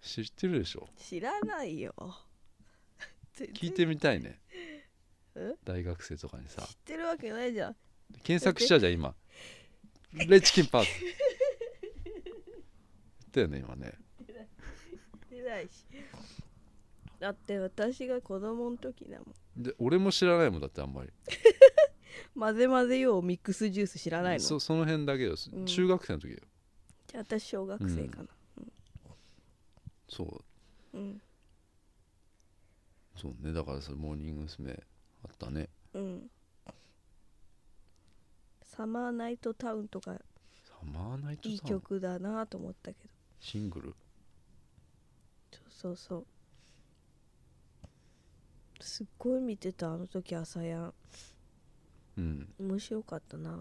Speaker 1: 知ってるでしょ
Speaker 2: 知らないよ 全然
Speaker 1: 聞いてみたいね
Speaker 2: え
Speaker 1: 大学生とかに
Speaker 2: 知
Speaker 1: さ
Speaker 2: ってるわけないじゃん
Speaker 1: 検索したじゃん今グレチキンパーズ言ったよね今ね
Speaker 2: 知ってないしだって私が子供の時だもん
Speaker 1: で俺も知らないもんだってあんまり
Speaker 2: 混ぜ混ぜようミックスジュース知らないの
Speaker 1: そその辺だけど
Speaker 2: うん
Speaker 1: 中学生の時だよ、
Speaker 2: じゃあ私小学生かな
Speaker 1: そう
Speaker 2: うん
Speaker 1: そうねだからそれモーニング娘。あったね
Speaker 2: うん、サマーナイトタウンとか
Speaker 1: サマーナイト
Speaker 2: いい
Speaker 1: さん
Speaker 2: 曲だなと思ったけど
Speaker 1: シングル
Speaker 2: そうそうそうすっごい見てたあの時朝やん
Speaker 1: うん
Speaker 2: 面白かったな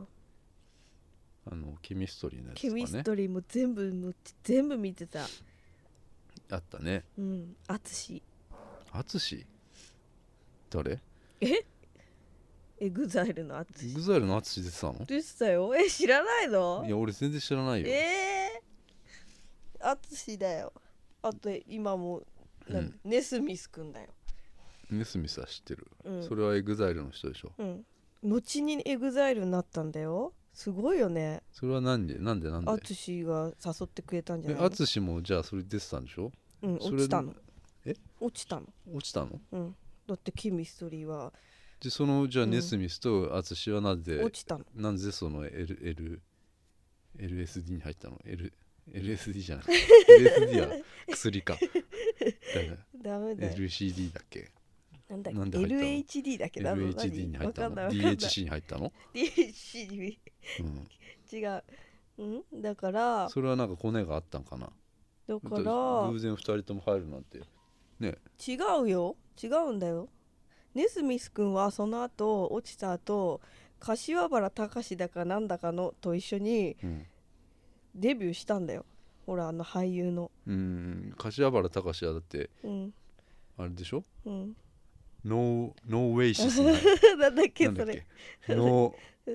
Speaker 1: あのケミストリーのやつ
Speaker 2: ケミ
Speaker 1: とか
Speaker 2: ス
Speaker 1: ね
Speaker 2: トリーも全部もう全部見てた
Speaker 1: あったね
Speaker 2: うん淳
Speaker 1: 淳誰
Speaker 2: エグザイルの淳
Speaker 1: ?EXILE の淳出てたの
Speaker 2: 出てたよえ知らないの
Speaker 1: いや俺全然知らないよ、
Speaker 2: ええー、淳だよあと今も
Speaker 1: う
Speaker 2: なん
Speaker 1: ん、
Speaker 2: ネスミスくんだよ、
Speaker 1: ネスミスは知ってる、
Speaker 2: うん、
Speaker 1: それは EXILE の人でしょ
Speaker 2: うん後にエグザイルになったんだよすごいよね
Speaker 1: それは何でなんでなんで
Speaker 2: 淳が誘ってくれたんじゃ
Speaker 1: え
Speaker 2: ないの
Speaker 1: 淳もじゃあそれ出てたんでしょ
Speaker 2: うん、
Speaker 1: それ
Speaker 2: 落ちたの
Speaker 1: え
Speaker 2: 落ちたの
Speaker 1: 落ちたの
Speaker 2: うんだってケミストリーは
Speaker 1: でそのじゃあ
Speaker 2: うん
Speaker 1: ネスミスと淳はなぜ、
Speaker 2: 落ちたの
Speaker 1: なんでその LL LSD に入ったの、L、LSD じゃな くて LSD は薬かだよね
Speaker 2: ダメだよ
Speaker 1: LCD だっけ
Speaker 2: なんだっ
Speaker 1: なんで
Speaker 2: け
Speaker 1: 入ったの
Speaker 2: LHD だっけな
Speaker 1: LHD に入ったの
Speaker 2: わかんないわかんない
Speaker 1: DHC に入ったの、
Speaker 2: DHC
Speaker 1: うん、
Speaker 2: 違ううんだから
Speaker 1: それはなんかコネがあったんかな
Speaker 2: だか
Speaker 1: 偶
Speaker 2: ら
Speaker 1: 然二人とも入るなんて
Speaker 2: 違うよ違うんだよネスミス君はその後落ちた後柏原隆だかなんだかのと一緒に
Speaker 1: うん、
Speaker 2: デビューしたんだよほらあの俳優の
Speaker 1: うん、柏原隆はだって
Speaker 2: うん
Speaker 1: あれでしょ
Speaker 2: うん
Speaker 1: ノーノーウェイシ スな
Speaker 2: なんだっけ
Speaker 1: なんだ
Speaker 2: そ
Speaker 1: っ
Speaker 2: れ
Speaker 1: けノー
Speaker 2: なん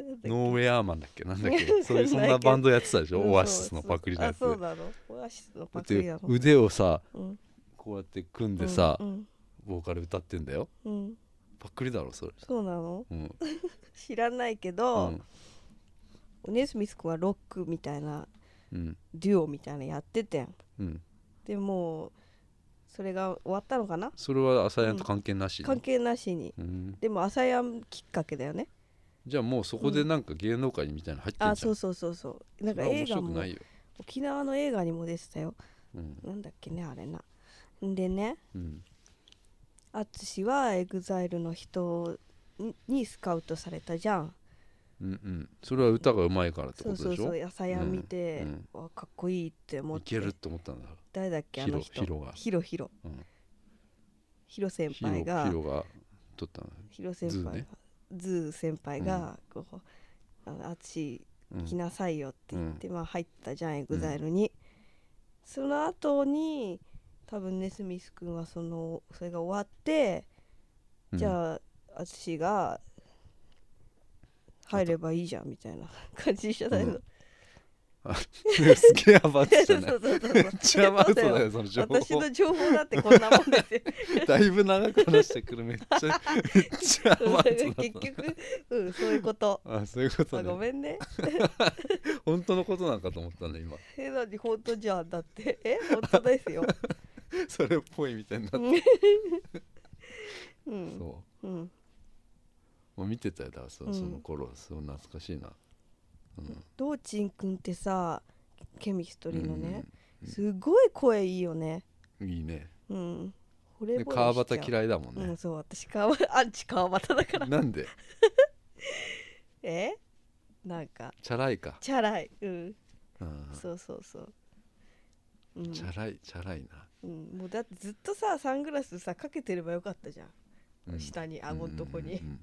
Speaker 2: だっけ
Speaker 1: ノーウェアーマンだっけなんだっ
Speaker 2: わかんな
Speaker 1: け
Speaker 2: い
Speaker 1: そういうそんなバンドやってたでしょ
Speaker 2: うん
Speaker 1: オアシスのパクリのやつ
Speaker 2: そう
Speaker 1: だ
Speaker 2: そうあそうなのオアシスのパ
Speaker 1: っ
Speaker 2: クリ
Speaker 1: て
Speaker 2: なの
Speaker 1: 腕をさ
Speaker 2: うん
Speaker 1: こうやって組んでさ、
Speaker 2: うん
Speaker 1: ボーカル歌ってんだよ
Speaker 2: うんうん
Speaker 1: パクリだろそれ
Speaker 2: そうなの
Speaker 1: うん、
Speaker 2: 知らないけ
Speaker 1: う
Speaker 2: ど、
Speaker 1: ん
Speaker 2: ネスミス君はロックみたいな
Speaker 1: うん
Speaker 2: デュオみたいなのやっててん
Speaker 1: うん、
Speaker 2: でもうそれが終わったのかな
Speaker 1: それは朝やんと関係なし、
Speaker 2: 関係なしに
Speaker 1: うん、
Speaker 2: でも朝やんきっかけだよね
Speaker 1: じゃあもうそこでなんか芸能界みたいなの入ってんじゃん、
Speaker 2: あそうそうそうそうなんか
Speaker 1: それは
Speaker 2: 映
Speaker 1: 面
Speaker 2: 画
Speaker 1: 白く
Speaker 2: も
Speaker 1: ないよ、
Speaker 2: 沖縄の映画にも出てたよ
Speaker 1: うん
Speaker 2: なんだっけねあれなんでね
Speaker 1: うん
Speaker 2: 淳はエグザイルの人ににスカウトされたじゃん
Speaker 1: うんうん、それは歌がうまいからってこ
Speaker 2: そ
Speaker 1: と
Speaker 2: う
Speaker 1: でし
Speaker 2: そ
Speaker 1: ょ
Speaker 2: うそう朝やん見て
Speaker 1: うん、
Speaker 2: わかっこいいって思っ
Speaker 1: い
Speaker 2: て
Speaker 1: けるって思ったんだ
Speaker 2: 誰だっけあ
Speaker 1: ヒロ
Speaker 2: の人
Speaker 1: ヒロが
Speaker 2: ヒロヒロ
Speaker 1: うん
Speaker 2: ヒロ先
Speaker 1: ヒロ
Speaker 2: 輩
Speaker 1: ヒ
Speaker 2: が
Speaker 1: ロが撮ったの、
Speaker 2: ヒロ先輩がズー先輩がこう「あの淳
Speaker 1: うん
Speaker 2: 来なさいよ」って言って、まあ、入ったじゃんエグザイルに、その後に多分ネスミス君はそのそれが終わって、じ
Speaker 1: あ、
Speaker 2: ゃあ淳が入ればいいじゃんみたいな感じじゃないの、
Speaker 1: うあ すげえ暴って
Speaker 2: そ
Speaker 1: た
Speaker 2: う
Speaker 1: ね
Speaker 2: そうそうそう
Speaker 1: めっちゃ暴ってたねその情報
Speaker 2: 私の情報だってこんなもん ですよ
Speaker 1: だいぶ長く話してくるめっち ゃめっちゃ暴ってた
Speaker 2: 結局、うん、そういうこと
Speaker 1: あそういうこと
Speaker 2: あご
Speaker 1: ね
Speaker 2: めんね
Speaker 1: 本当のことなんかと思ったね 今
Speaker 2: えなに本当じゃんだってえ本当で すよ
Speaker 1: それっぽいみたいになっ
Speaker 2: う
Speaker 1: て
Speaker 2: んうん
Speaker 1: そ
Speaker 2: うん
Speaker 1: うもう見てたよだからそ
Speaker 2: うん
Speaker 1: その頃そう懐かしいなうん
Speaker 2: どうちんくんってさケミストリーのね、
Speaker 1: うん
Speaker 2: すごい声いいよね
Speaker 1: うんいいね
Speaker 2: うん惚れ惚れ
Speaker 1: で
Speaker 2: しちゃう
Speaker 1: 川端嫌いだもん
Speaker 2: うん
Speaker 1: ね
Speaker 2: そう私川 端アンチ川端だから
Speaker 1: なんで
Speaker 2: えなんか
Speaker 1: チャラいか
Speaker 2: チャラいうん
Speaker 1: うん
Speaker 2: そうそうそううん
Speaker 1: チャラいチャラいな
Speaker 2: うん、もうだってずっとさサングラスさかけてればよかったじゃん、
Speaker 1: うん
Speaker 2: 下に顎のとこに、
Speaker 1: うんうんうん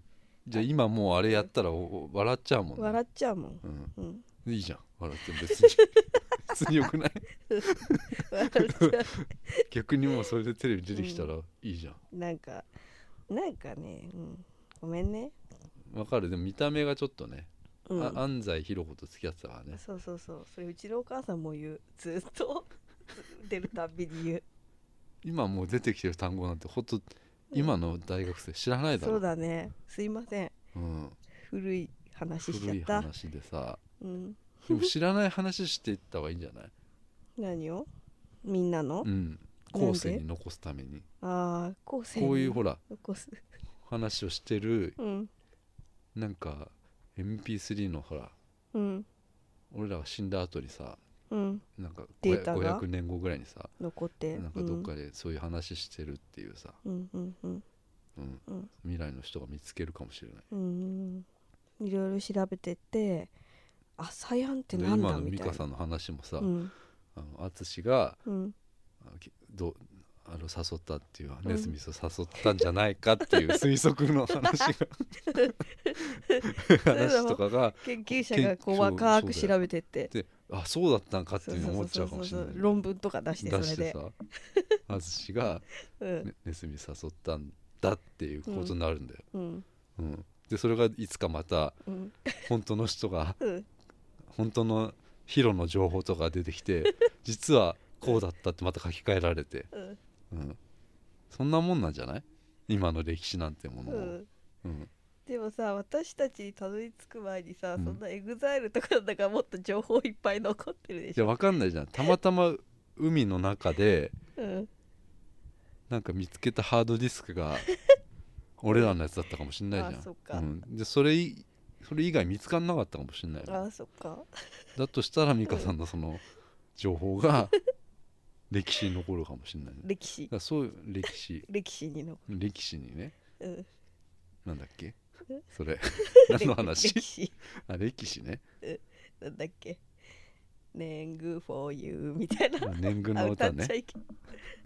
Speaker 1: じゃあ今もうあれやったらおお笑っちゃうもんね
Speaker 2: 笑っちゃうもん、
Speaker 1: うん
Speaker 2: うん、
Speaker 1: いいじゃん笑っても別に 別によくない
Speaker 2: 笑っちゃ
Speaker 1: 逆にもうそれでテレビ出てきたらいいじゃん
Speaker 2: うなんかなんかね、うん、ごめんね、
Speaker 1: わかるでも見た目がちょっとね、
Speaker 2: うん、
Speaker 1: あ安西ひろ子と付き合ってたからね
Speaker 2: そうそうそうそれうちのお母さんも言うずっと 出るたんびに言う
Speaker 1: 今もう出てきてる単語なんてほんと今の大学生知らないだろ
Speaker 2: そうだねすいません
Speaker 1: うん、
Speaker 2: 古い話しちゃ
Speaker 1: 古
Speaker 2: っ
Speaker 1: い
Speaker 2: た
Speaker 1: 話でさ
Speaker 2: うん、
Speaker 1: でも知らない話していった方がいいん じゃない
Speaker 2: 何をみんなの、
Speaker 1: うん後世に残すために
Speaker 2: ああ後世
Speaker 1: こういうほら
Speaker 2: 残す
Speaker 1: 話をしてる
Speaker 2: うん
Speaker 1: なんか MP3 のほら
Speaker 2: うん
Speaker 1: 俺らが死んだ後にさ
Speaker 2: うん
Speaker 1: なんか
Speaker 2: データが
Speaker 1: 500年後ぐらいにさ
Speaker 2: 残って
Speaker 1: なんかどっかでそういう話してるっていうさ、
Speaker 2: うんうんうん
Speaker 1: うん
Speaker 2: うん
Speaker 1: 未来の人が見つけるかもしれない
Speaker 2: うんいろいろ調べてって「アサヤンって
Speaker 1: で
Speaker 2: なん
Speaker 1: 今
Speaker 2: だ?」
Speaker 1: の
Speaker 2: み
Speaker 1: 美
Speaker 2: たい
Speaker 1: 香
Speaker 2: な
Speaker 1: さんの話もさ
Speaker 2: うん
Speaker 1: 淳が
Speaker 2: うん
Speaker 1: あのきどあの誘ったっていうネズミスを誘ったんじゃないかっていう推測の話 が話とかが
Speaker 2: 研究者がこう若く調べてって
Speaker 1: であそうだったんかって
Speaker 2: そう
Speaker 1: いうの思っちゃうかもしれ
Speaker 2: そう
Speaker 1: な
Speaker 2: そ
Speaker 1: い
Speaker 2: うそう論文とか出してそ
Speaker 1: 出
Speaker 2: れ
Speaker 1: して
Speaker 2: で
Speaker 1: さ淳が、
Speaker 2: うん
Speaker 1: ね、ネズミ誘ったんだっていうことになるんだよ、
Speaker 2: うん
Speaker 1: うんでそれがいつかまた
Speaker 2: うん
Speaker 1: 本当の人が
Speaker 2: うん
Speaker 1: 本当のヒロの情報とか出てき て実はこうだったってまた書き換えられて、
Speaker 2: うん
Speaker 1: うん、そんなもんなんじゃない今の歴史なんてもの
Speaker 2: う
Speaker 1: も、
Speaker 2: ん
Speaker 1: うん
Speaker 2: でもさ私たちにたどり着く前にさ、
Speaker 1: うん
Speaker 2: そんなエグザイルとかだからもっと情報いっぱい残ってるで
Speaker 1: い
Speaker 2: し
Speaker 1: や
Speaker 2: ょ、
Speaker 1: わかんないじゃんたまたま海の中で
Speaker 2: うん、
Speaker 1: なんか見つけたハードディスクが俺らのやつだったかもしんないじゃん
Speaker 2: あそっか
Speaker 1: ん、でそれいそれ以外見つかんなかったかもしんないよ
Speaker 2: ああそっか
Speaker 1: だとしたら美香さんのその情報 が歴史に残るかもしんないね、だか
Speaker 2: 歴史
Speaker 1: らそういう歴史
Speaker 2: 歴史に残
Speaker 1: 歴史にね
Speaker 2: る、うん、
Speaker 1: なんだっけ
Speaker 2: え
Speaker 1: そ れ何の話
Speaker 2: 歴史
Speaker 1: あ歴史ね
Speaker 2: なんだっけ「年貢 for you」みたいな
Speaker 1: 年貢
Speaker 2: あ
Speaker 1: の
Speaker 2: 歌
Speaker 1: 歌
Speaker 2: っちゃ
Speaker 1: ね
Speaker 2: いけ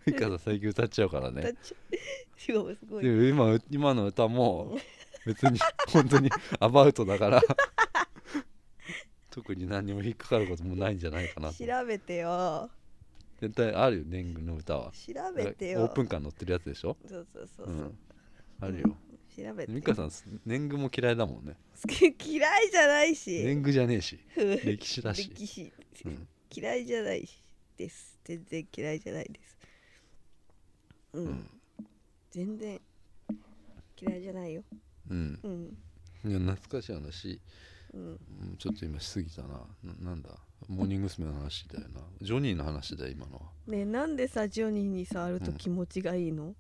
Speaker 1: 美香さん最近歌っちゃうから
Speaker 2: 歌
Speaker 1: ね
Speaker 2: っちゃいしかもすご
Speaker 1: で
Speaker 2: い
Speaker 1: も今今の歌 も別に本当にアバウトだから特に何にも引っかかることもないんじゃないかなと
Speaker 2: 調べてよ
Speaker 1: 絶対あるよ年貢の歌は
Speaker 2: 調
Speaker 1: オ
Speaker 2: べてよ
Speaker 1: ープンカー乗ってるやつでしょ
Speaker 2: そうそうそう
Speaker 1: う
Speaker 2: そうん
Speaker 1: あるよ
Speaker 2: 調べて
Speaker 1: 美香さん年貢も嫌いだもんね
Speaker 2: 好き嫌いじゃない
Speaker 1: 年
Speaker 2: し
Speaker 1: 貢じゃねえし
Speaker 2: うん
Speaker 1: 歴史だし
Speaker 2: 歴史
Speaker 1: うん
Speaker 2: 嫌いじゃないしです全然嫌いじゃないですうん、
Speaker 1: うん
Speaker 2: 全然嫌いじゃないよ
Speaker 1: うん
Speaker 2: うん
Speaker 1: いや懐かしい話
Speaker 2: うん
Speaker 1: うんちょっと今しすぎたなななんだモーニング娘。の話だよなジョニーの話だよ今のは
Speaker 2: ねえなんでさジョニーに触ると気持ちがいいの、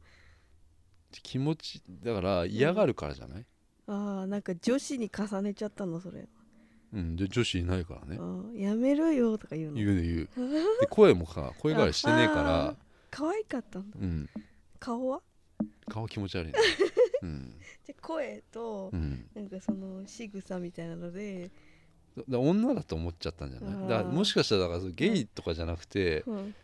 Speaker 1: 気持ちだから嫌がるからじゃない、
Speaker 2: ああなんか女子に重ねちゃったのそれ
Speaker 1: うん、で女子いないからね
Speaker 2: あーやめろよとか言うの
Speaker 1: 言うね言うで声もさ声変わりしてねえ
Speaker 2: あ
Speaker 1: か
Speaker 2: 可愛かったんだ
Speaker 1: ら、うん、
Speaker 2: 顔は
Speaker 1: 顔気持ち悪いねうん、
Speaker 2: じゃあ声と、
Speaker 1: うん、
Speaker 2: なんかその仕草みたいなので、
Speaker 1: だだ女だと思っちゃったんじゃないだから
Speaker 2: あー
Speaker 1: もしかしたらだからゲイとかじゃなくて、
Speaker 2: うん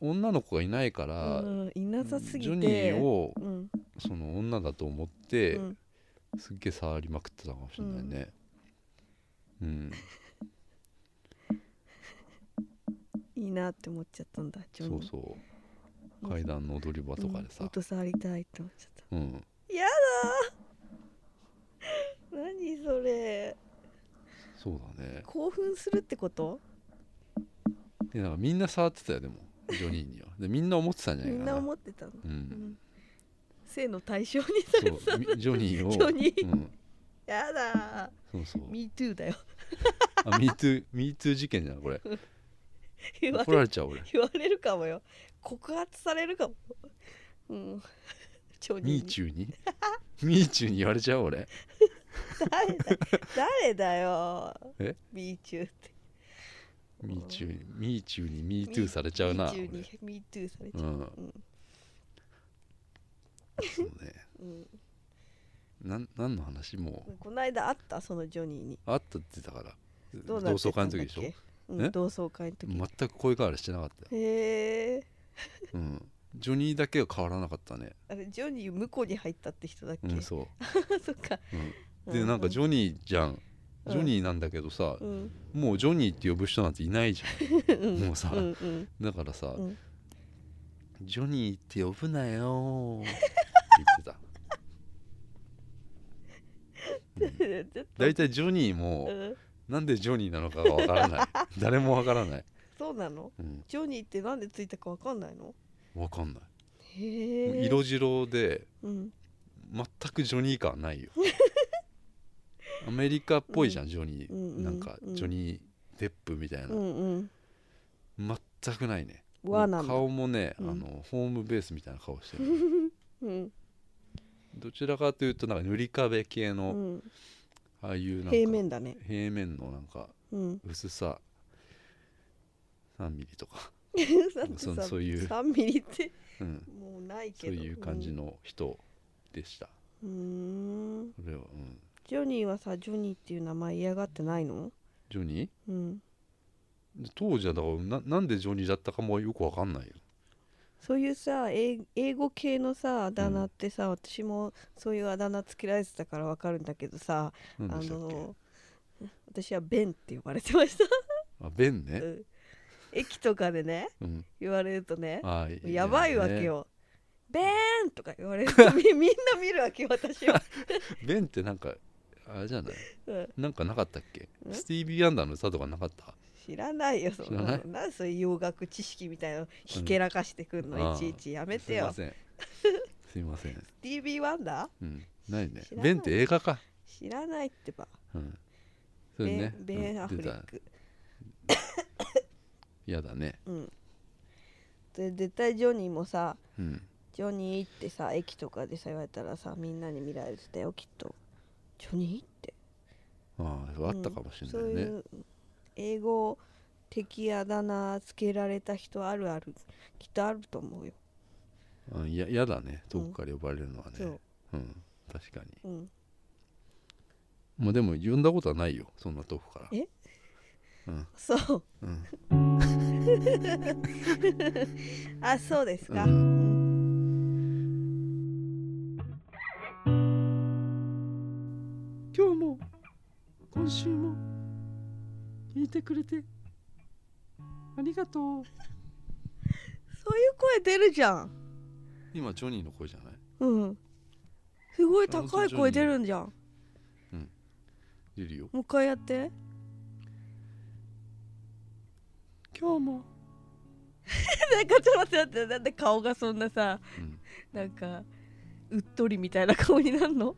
Speaker 1: 女の子がいないか
Speaker 2: う
Speaker 1: ら、
Speaker 2: ん、いなさすぎて
Speaker 1: ジョニー、を
Speaker 2: うん
Speaker 1: その女だと思っ
Speaker 2: う
Speaker 1: て、
Speaker 2: ん、
Speaker 1: すっげえ触りまくってたかもしれないねうん、
Speaker 2: いいなって思っちゃったんだジョ
Speaker 1: そ
Speaker 2: ニー
Speaker 1: うそう階段の踊り場とかで
Speaker 2: うんも
Speaker 1: さ
Speaker 2: っ、と触りたいって思っちゃっ
Speaker 1: うん、
Speaker 2: たやだー何それ
Speaker 1: そうだね
Speaker 2: 興奮するってこと
Speaker 1: でなんかみんな触ってたよでもジョニーにはでみんな思ってたんじゃ
Speaker 2: み
Speaker 1: ないか
Speaker 2: ん
Speaker 1: な
Speaker 2: な思ってたの、
Speaker 1: う、
Speaker 2: うんん、性の対象にさ れ
Speaker 1: そうみジョニーを
Speaker 2: ジョニー
Speaker 1: うん、
Speaker 2: やだ
Speaker 1: そうそう
Speaker 2: ー MeToo だよ
Speaker 1: あ MeTooMeToo 事件じゃんこれ
Speaker 2: 言わ
Speaker 1: 怒
Speaker 2: れ
Speaker 1: られちゃう俺
Speaker 2: 言われるかもよ告発されるかもうんジョ
Speaker 1: ミ
Speaker 2: ニ
Speaker 1: ー
Speaker 2: ー
Speaker 1: チューに ミーチューに言われちゃう俺
Speaker 2: 誰だ誰だよ
Speaker 1: え
Speaker 2: ミーチューって
Speaker 1: ミーチューにミーチューにミートゥーされちゃうな
Speaker 2: ミーチューにミートゥーされちゃ
Speaker 1: 俺う
Speaker 2: う、
Speaker 1: んそうね
Speaker 2: うん
Speaker 1: なん何の話も
Speaker 2: うん、この間あったそのジョニーに
Speaker 1: うあったって言ってたから
Speaker 2: どうな
Speaker 1: 同
Speaker 2: って
Speaker 1: 窓
Speaker 2: た
Speaker 1: 会
Speaker 2: ん
Speaker 1: の
Speaker 2: だっ
Speaker 1: 時
Speaker 2: け
Speaker 1: でしょ
Speaker 2: うん
Speaker 1: え
Speaker 2: 同窓会の時、
Speaker 1: 全く声変わりしてなかったよ、
Speaker 2: へえ
Speaker 1: うん、ジョニーだけは変わらなかったね
Speaker 2: あれジョニー向こうに入ったって人だっけ、
Speaker 1: う んそ
Speaker 2: そっか
Speaker 1: う、 うん、でなんかジョニーじゃん
Speaker 2: うん
Speaker 1: ジョニーなんだけどさ、
Speaker 2: うん
Speaker 1: もうジョニーって呼ぶ人なんていないじ
Speaker 2: うん
Speaker 1: もうさ
Speaker 2: うんうん
Speaker 1: ゃんだからさ、
Speaker 2: うん
Speaker 1: ジョニーって呼ぶな よーって言ってた、うん、
Speaker 2: ちょっと
Speaker 1: 大体ジョニーも
Speaker 2: うん
Speaker 1: なんでジョニーなのかがわから ない誰もわからない、
Speaker 2: そうなの
Speaker 1: うん、
Speaker 2: ジョニーってなんでついたかわかんないの
Speaker 1: わかんない、
Speaker 2: へえ
Speaker 1: 色白で
Speaker 2: うん
Speaker 1: 全くジョニー感ない よアメリカっぽいじゃん、ジョニー、
Speaker 2: うんうん
Speaker 1: なんか
Speaker 2: うん
Speaker 1: ジョニー・デップみたいな、
Speaker 2: うんうん
Speaker 1: 全くないね
Speaker 2: 和なんだ
Speaker 1: 顔もね、
Speaker 2: うん
Speaker 1: あのホームベースみたいな顔してる
Speaker 2: うん
Speaker 1: どちらかというとなんか塗り壁系
Speaker 2: う
Speaker 1: の、
Speaker 2: ん
Speaker 1: ああいうなんか
Speaker 2: 平面だね
Speaker 1: 平面のなんか
Speaker 2: うん
Speaker 1: 薄さ3ミリとか、
Speaker 2: だって
Speaker 1: そ
Speaker 2: さ
Speaker 1: そういう
Speaker 2: 3ミリって
Speaker 1: うん、
Speaker 2: もうないけ
Speaker 1: そう
Speaker 2: ど
Speaker 1: いう感じの人でした、
Speaker 2: うんうーん
Speaker 1: 俺は、うん、
Speaker 2: ジョニーはさジョニーっていう名前嫌がってないの
Speaker 1: ジョニー
Speaker 2: うん
Speaker 1: で当時はだからななんでジョニーだったかもよくわかんないよ
Speaker 2: そういうさ英英語系のさあだ名ってさ、私もそういうあだ名つけられてたからわかるんだけどさあ
Speaker 1: 何でしたっけ
Speaker 2: の私はベンって呼ばれてました、
Speaker 1: あベン
Speaker 2: う
Speaker 1: ね、
Speaker 2: ん駅とかでね
Speaker 1: うん、
Speaker 2: 言われるとね
Speaker 1: あ
Speaker 2: やばいわけ
Speaker 1: ね
Speaker 2: よ「ベーン!」とか言われるとみ みんな見るわけよ私 は、
Speaker 1: ベンってなんかあれじゃない
Speaker 2: うん
Speaker 1: なんかなかったっけ
Speaker 2: ん
Speaker 1: スティービー・アンダーの歌とかなかった
Speaker 2: 知らないよそんな
Speaker 1: 知ら
Speaker 2: の
Speaker 1: ない
Speaker 2: なんでそういう洋楽知識みたいなのひけらかしてくんの、
Speaker 1: うん
Speaker 2: いちいちやめ
Speaker 1: す
Speaker 2: て
Speaker 1: いま
Speaker 2: よ
Speaker 1: せんすいません、
Speaker 2: t v ワンダー
Speaker 1: うん、ないね
Speaker 2: 知らな
Speaker 1: ベ
Speaker 2: い
Speaker 1: ンって映画か、
Speaker 2: 知らないってば
Speaker 1: うん、そ
Speaker 2: ベ
Speaker 1: れ
Speaker 2: ン,、
Speaker 1: ね
Speaker 2: ベン・アフリ
Speaker 1: うん出
Speaker 2: ッ
Speaker 1: た
Speaker 2: ク
Speaker 1: やだね
Speaker 2: うんで絶対ジョニーもさ
Speaker 1: うん
Speaker 2: ジョニーってさ駅とかでさ言われたらさみんなに見られてたよきっとジョニーって
Speaker 1: あああったかもしれないね、
Speaker 2: うんそういう英語的あだ名つけられた人あるあるきっとあると思うよ、
Speaker 1: うん、ややだね遠くから呼ばれるのはね、う
Speaker 2: そ
Speaker 1: ん
Speaker 2: う
Speaker 1: 確かに
Speaker 2: うん
Speaker 1: まあでも呼んだことはないよそんな遠くから
Speaker 2: え
Speaker 1: うん
Speaker 2: そう
Speaker 1: うん
Speaker 2: あそうですか、
Speaker 1: う
Speaker 2: うん
Speaker 1: 今日も今週も聞いてくれてありがとう
Speaker 2: そういう声出るじゃん
Speaker 1: 今ジョニーの声じゃない
Speaker 2: うんすごい高い声出るんじゃん
Speaker 1: 出るよ
Speaker 2: もう一回やって
Speaker 1: 今日も、
Speaker 2: なんかちょっと待って待ってなんで顔がそんなさ
Speaker 1: うん、
Speaker 2: なんかうっとりみたいな顔になるの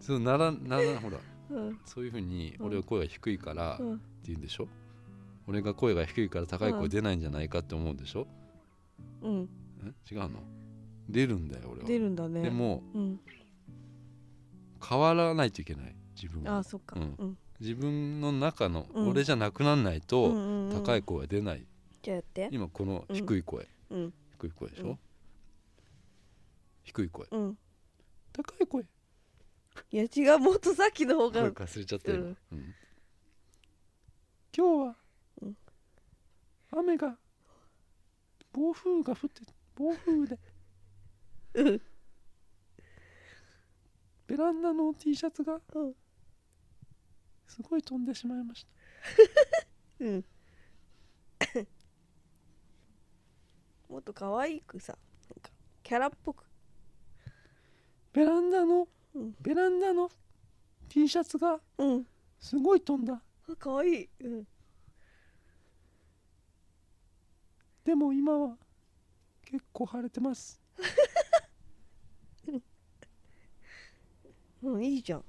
Speaker 1: そうならならほら
Speaker 2: うん
Speaker 1: そういうふうに俺は声が低いからっ
Speaker 2: う
Speaker 1: て
Speaker 2: ん
Speaker 1: 言うんでしょ、俺が声が低いから高い声出ないんじゃないかって思うんでしょ、
Speaker 2: うん
Speaker 1: ん、違うの出るんだよ俺は
Speaker 2: 出るんだね
Speaker 1: でも
Speaker 2: うん
Speaker 1: 変わらないといけない自分
Speaker 2: あ
Speaker 1: は
Speaker 2: あそっか
Speaker 1: う
Speaker 2: うんん
Speaker 1: 自分の中の
Speaker 2: うん
Speaker 1: 俺じゃなくなんないと高
Speaker 2: 高
Speaker 1: い声は出ない、
Speaker 2: じゃあやって
Speaker 1: 今この低い声、
Speaker 2: うん
Speaker 1: 低い声でしょ、
Speaker 2: うん
Speaker 1: 低い声
Speaker 2: うん
Speaker 1: 高い声
Speaker 2: いや違うもっとさっきの方
Speaker 1: 声
Speaker 2: が
Speaker 1: かすれちゃったよ、
Speaker 2: うん
Speaker 1: うん今日は
Speaker 2: うん
Speaker 1: 雨が暴風が降って暴風で
Speaker 2: うん
Speaker 1: ベランダの T シャツが
Speaker 2: うん
Speaker 1: すごい飛んでしまいました
Speaker 2: うん もっと可愛くさなんかキャラっぽく
Speaker 1: ベランダの
Speaker 2: うん
Speaker 1: ベランダの T シャツが
Speaker 2: うん
Speaker 1: すごい飛んだ
Speaker 2: あ可愛いうん
Speaker 1: でも今は結構晴れてます
Speaker 2: うんいいじゃん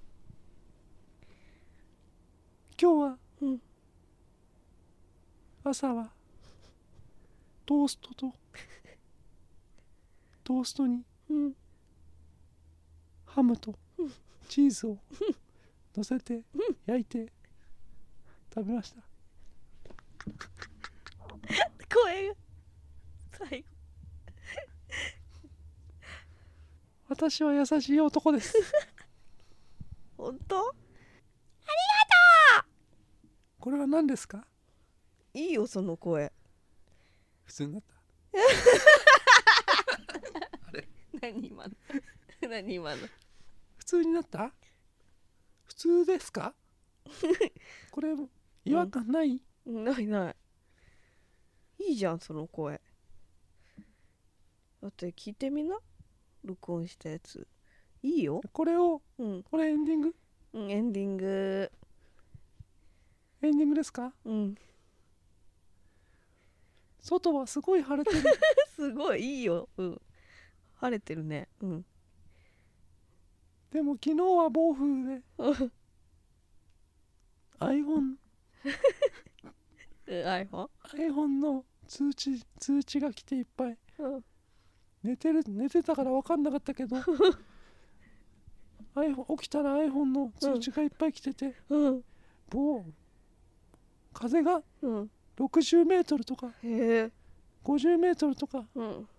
Speaker 1: 今日は、
Speaker 2: うん
Speaker 1: 朝はトースト とトーストに
Speaker 2: うん
Speaker 1: ハムとチーズを乗せて焼いて食べました
Speaker 2: 声が最後
Speaker 1: 私は優しい男 です
Speaker 2: 本当
Speaker 1: これは何ですか
Speaker 2: いいよその声
Speaker 1: 普通になった
Speaker 2: 何今の何今の
Speaker 1: 普通になった普通です かこれ違和感ない、
Speaker 2: ないないいいじゃんその声だって聞いてみな録音したやついいよ
Speaker 1: これを
Speaker 2: うん、
Speaker 1: これエンディング
Speaker 2: うん、エンディング
Speaker 1: エンディングですか
Speaker 2: うん
Speaker 1: 外はすごい晴れてる
Speaker 2: すごいいいようん晴れてるねうん
Speaker 1: でも昨日は暴風で iPhone
Speaker 2: iPhone?
Speaker 1: iPhone の通知通知が来ていっぱい
Speaker 2: うん
Speaker 1: 寝てる寝てたから分かんなかったけど iPhone 起きたら iPhone の通知がいっぱい来てて、
Speaker 2: うん
Speaker 1: もう風が
Speaker 2: うん
Speaker 1: 60メートルとか
Speaker 2: へえ
Speaker 1: 50メートルとか
Speaker 2: うん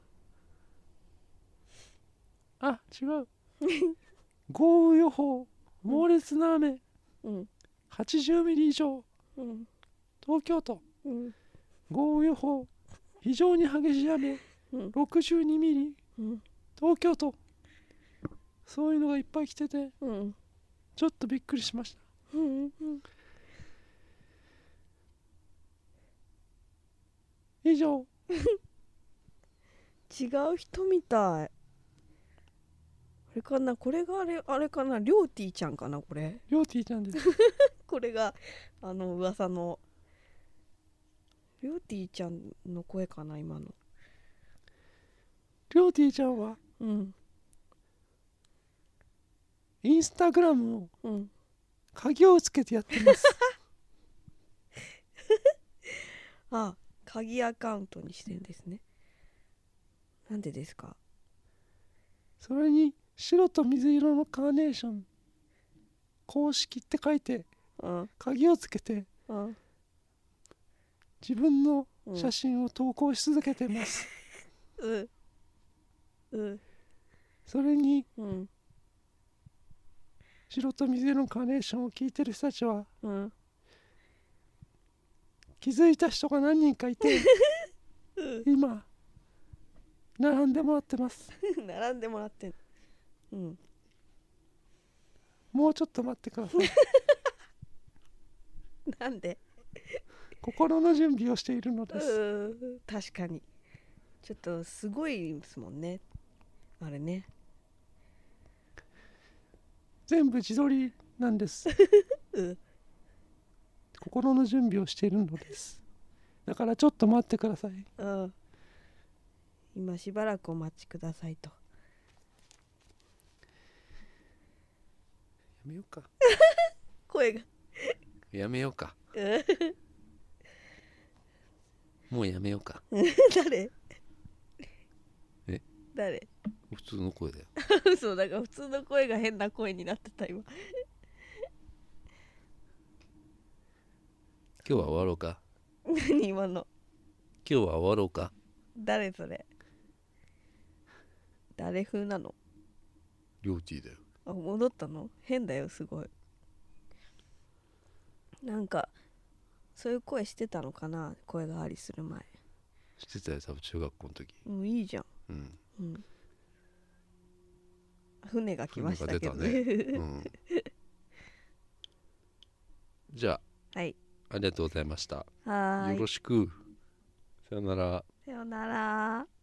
Speaker 1: あ違う豪雨予報猛烈な雨
Speaker 2: うん
Speaker 1: 80ミリ以上
Speaker 2: うん
Speaker 1: 東京都
Speaker 2: うん
Speaker 1: 豪雨予報非常に激しい雨
Speaker 2: うん
Speaker 1: 62ミリ
Speaker 2: うん
Speaker 1: 東京都そういうのがいっぱい来てて
Speaker 2: うん
Speaker 1: ちょっとびっくりしました
Speaker 2: うんうん
Speaker 1: 以上
Speaker 2: 違う人みたいあれかなこれがあれあれかなりょうてぃちゃんかなこれ
Speaker 1: りょうてぃちゃんです
Speaker 2: これがあの噂のりょうてぃちゃんの声かな今の
Speaker 1: りょうてぃちゃんは
Speaker 2: うん
Speaker 1: インスタグラムの
Speaker 2: うん
Speaker 1: 鍵をつけてやってます
Speaker 2: あ鍵アカウントにしてんですねなんでですか
Speaker 1: それに白と水色のカーネーション公式って書いて
Speaker 2: うん
Speaker 1: 鍵をつけて
Speaker 2: うん
Speaker 1: 自分の
Speaker 2: うん
Speaker 1: 写真を投稿し続けてます、
Speaker 2: うんうん
Speaker 1: それに
Speaker 2: うん
Speaker 1: 白と水色のカーネーションを聞いてる人たちは
Speaker 2: うん
Speaker 1: 気づいた人が何人かいて今並んでもらってます
Speaker 2: 並ん でもらってんうん
Speaker 1: もうちょっと待ってください
Speaker 2: なんで
Speaker 1: 心の準備をしているの
Speaker 2: う
Speaker 1: です
Speaker 2: ん確かにちょっとすごいですもんねあれね
Speaker 1: 全部自撮りなんです
Speaker 2: うん
Speaker 1: 心の準備をしているのですだからちょっと待ってください
Speaker 2: うん今しばらくお待ちくださいと
Speaker 3: やめようか
Speaker 2: 声が
Speaker 3: やめようか
Speaker 2: うん
Speaker 3: もうやめようか
Speaker 2: 誰
Speaker 3: え
Speaker 2: 誰
Speaker 3: 普通の声だよ
Speaker 2: 嘘だから普通の声が変な声になってた今
Speaker 3: 今日は終わろうか
Speaker 2: 何今の
Speaker 3: 今日は終わろうか
Speaker 2: 誰それ誰風なの
Speaker 3: りょうてぃだよ
Speaker 2: あ戻ったの変だよすごいなんかそういう声してたのかな声変わりする前
Speaker 3: してたよ多分中学校の時
Speaker 2: もういいじゃん、
Speaker 3: うん
Speaker 2: うん、船が来ましたけど
Speaker 3: 船
Speaker 2: ね
Speaker 3: うんじゃあ
Speaker 2: はい
Speaker 3: ありがとうございました
Speaker 2: はー
Speaker 3: よろ
Speaker 2: い
Speaker 3: しくさよなら
Speaker 2: さよなら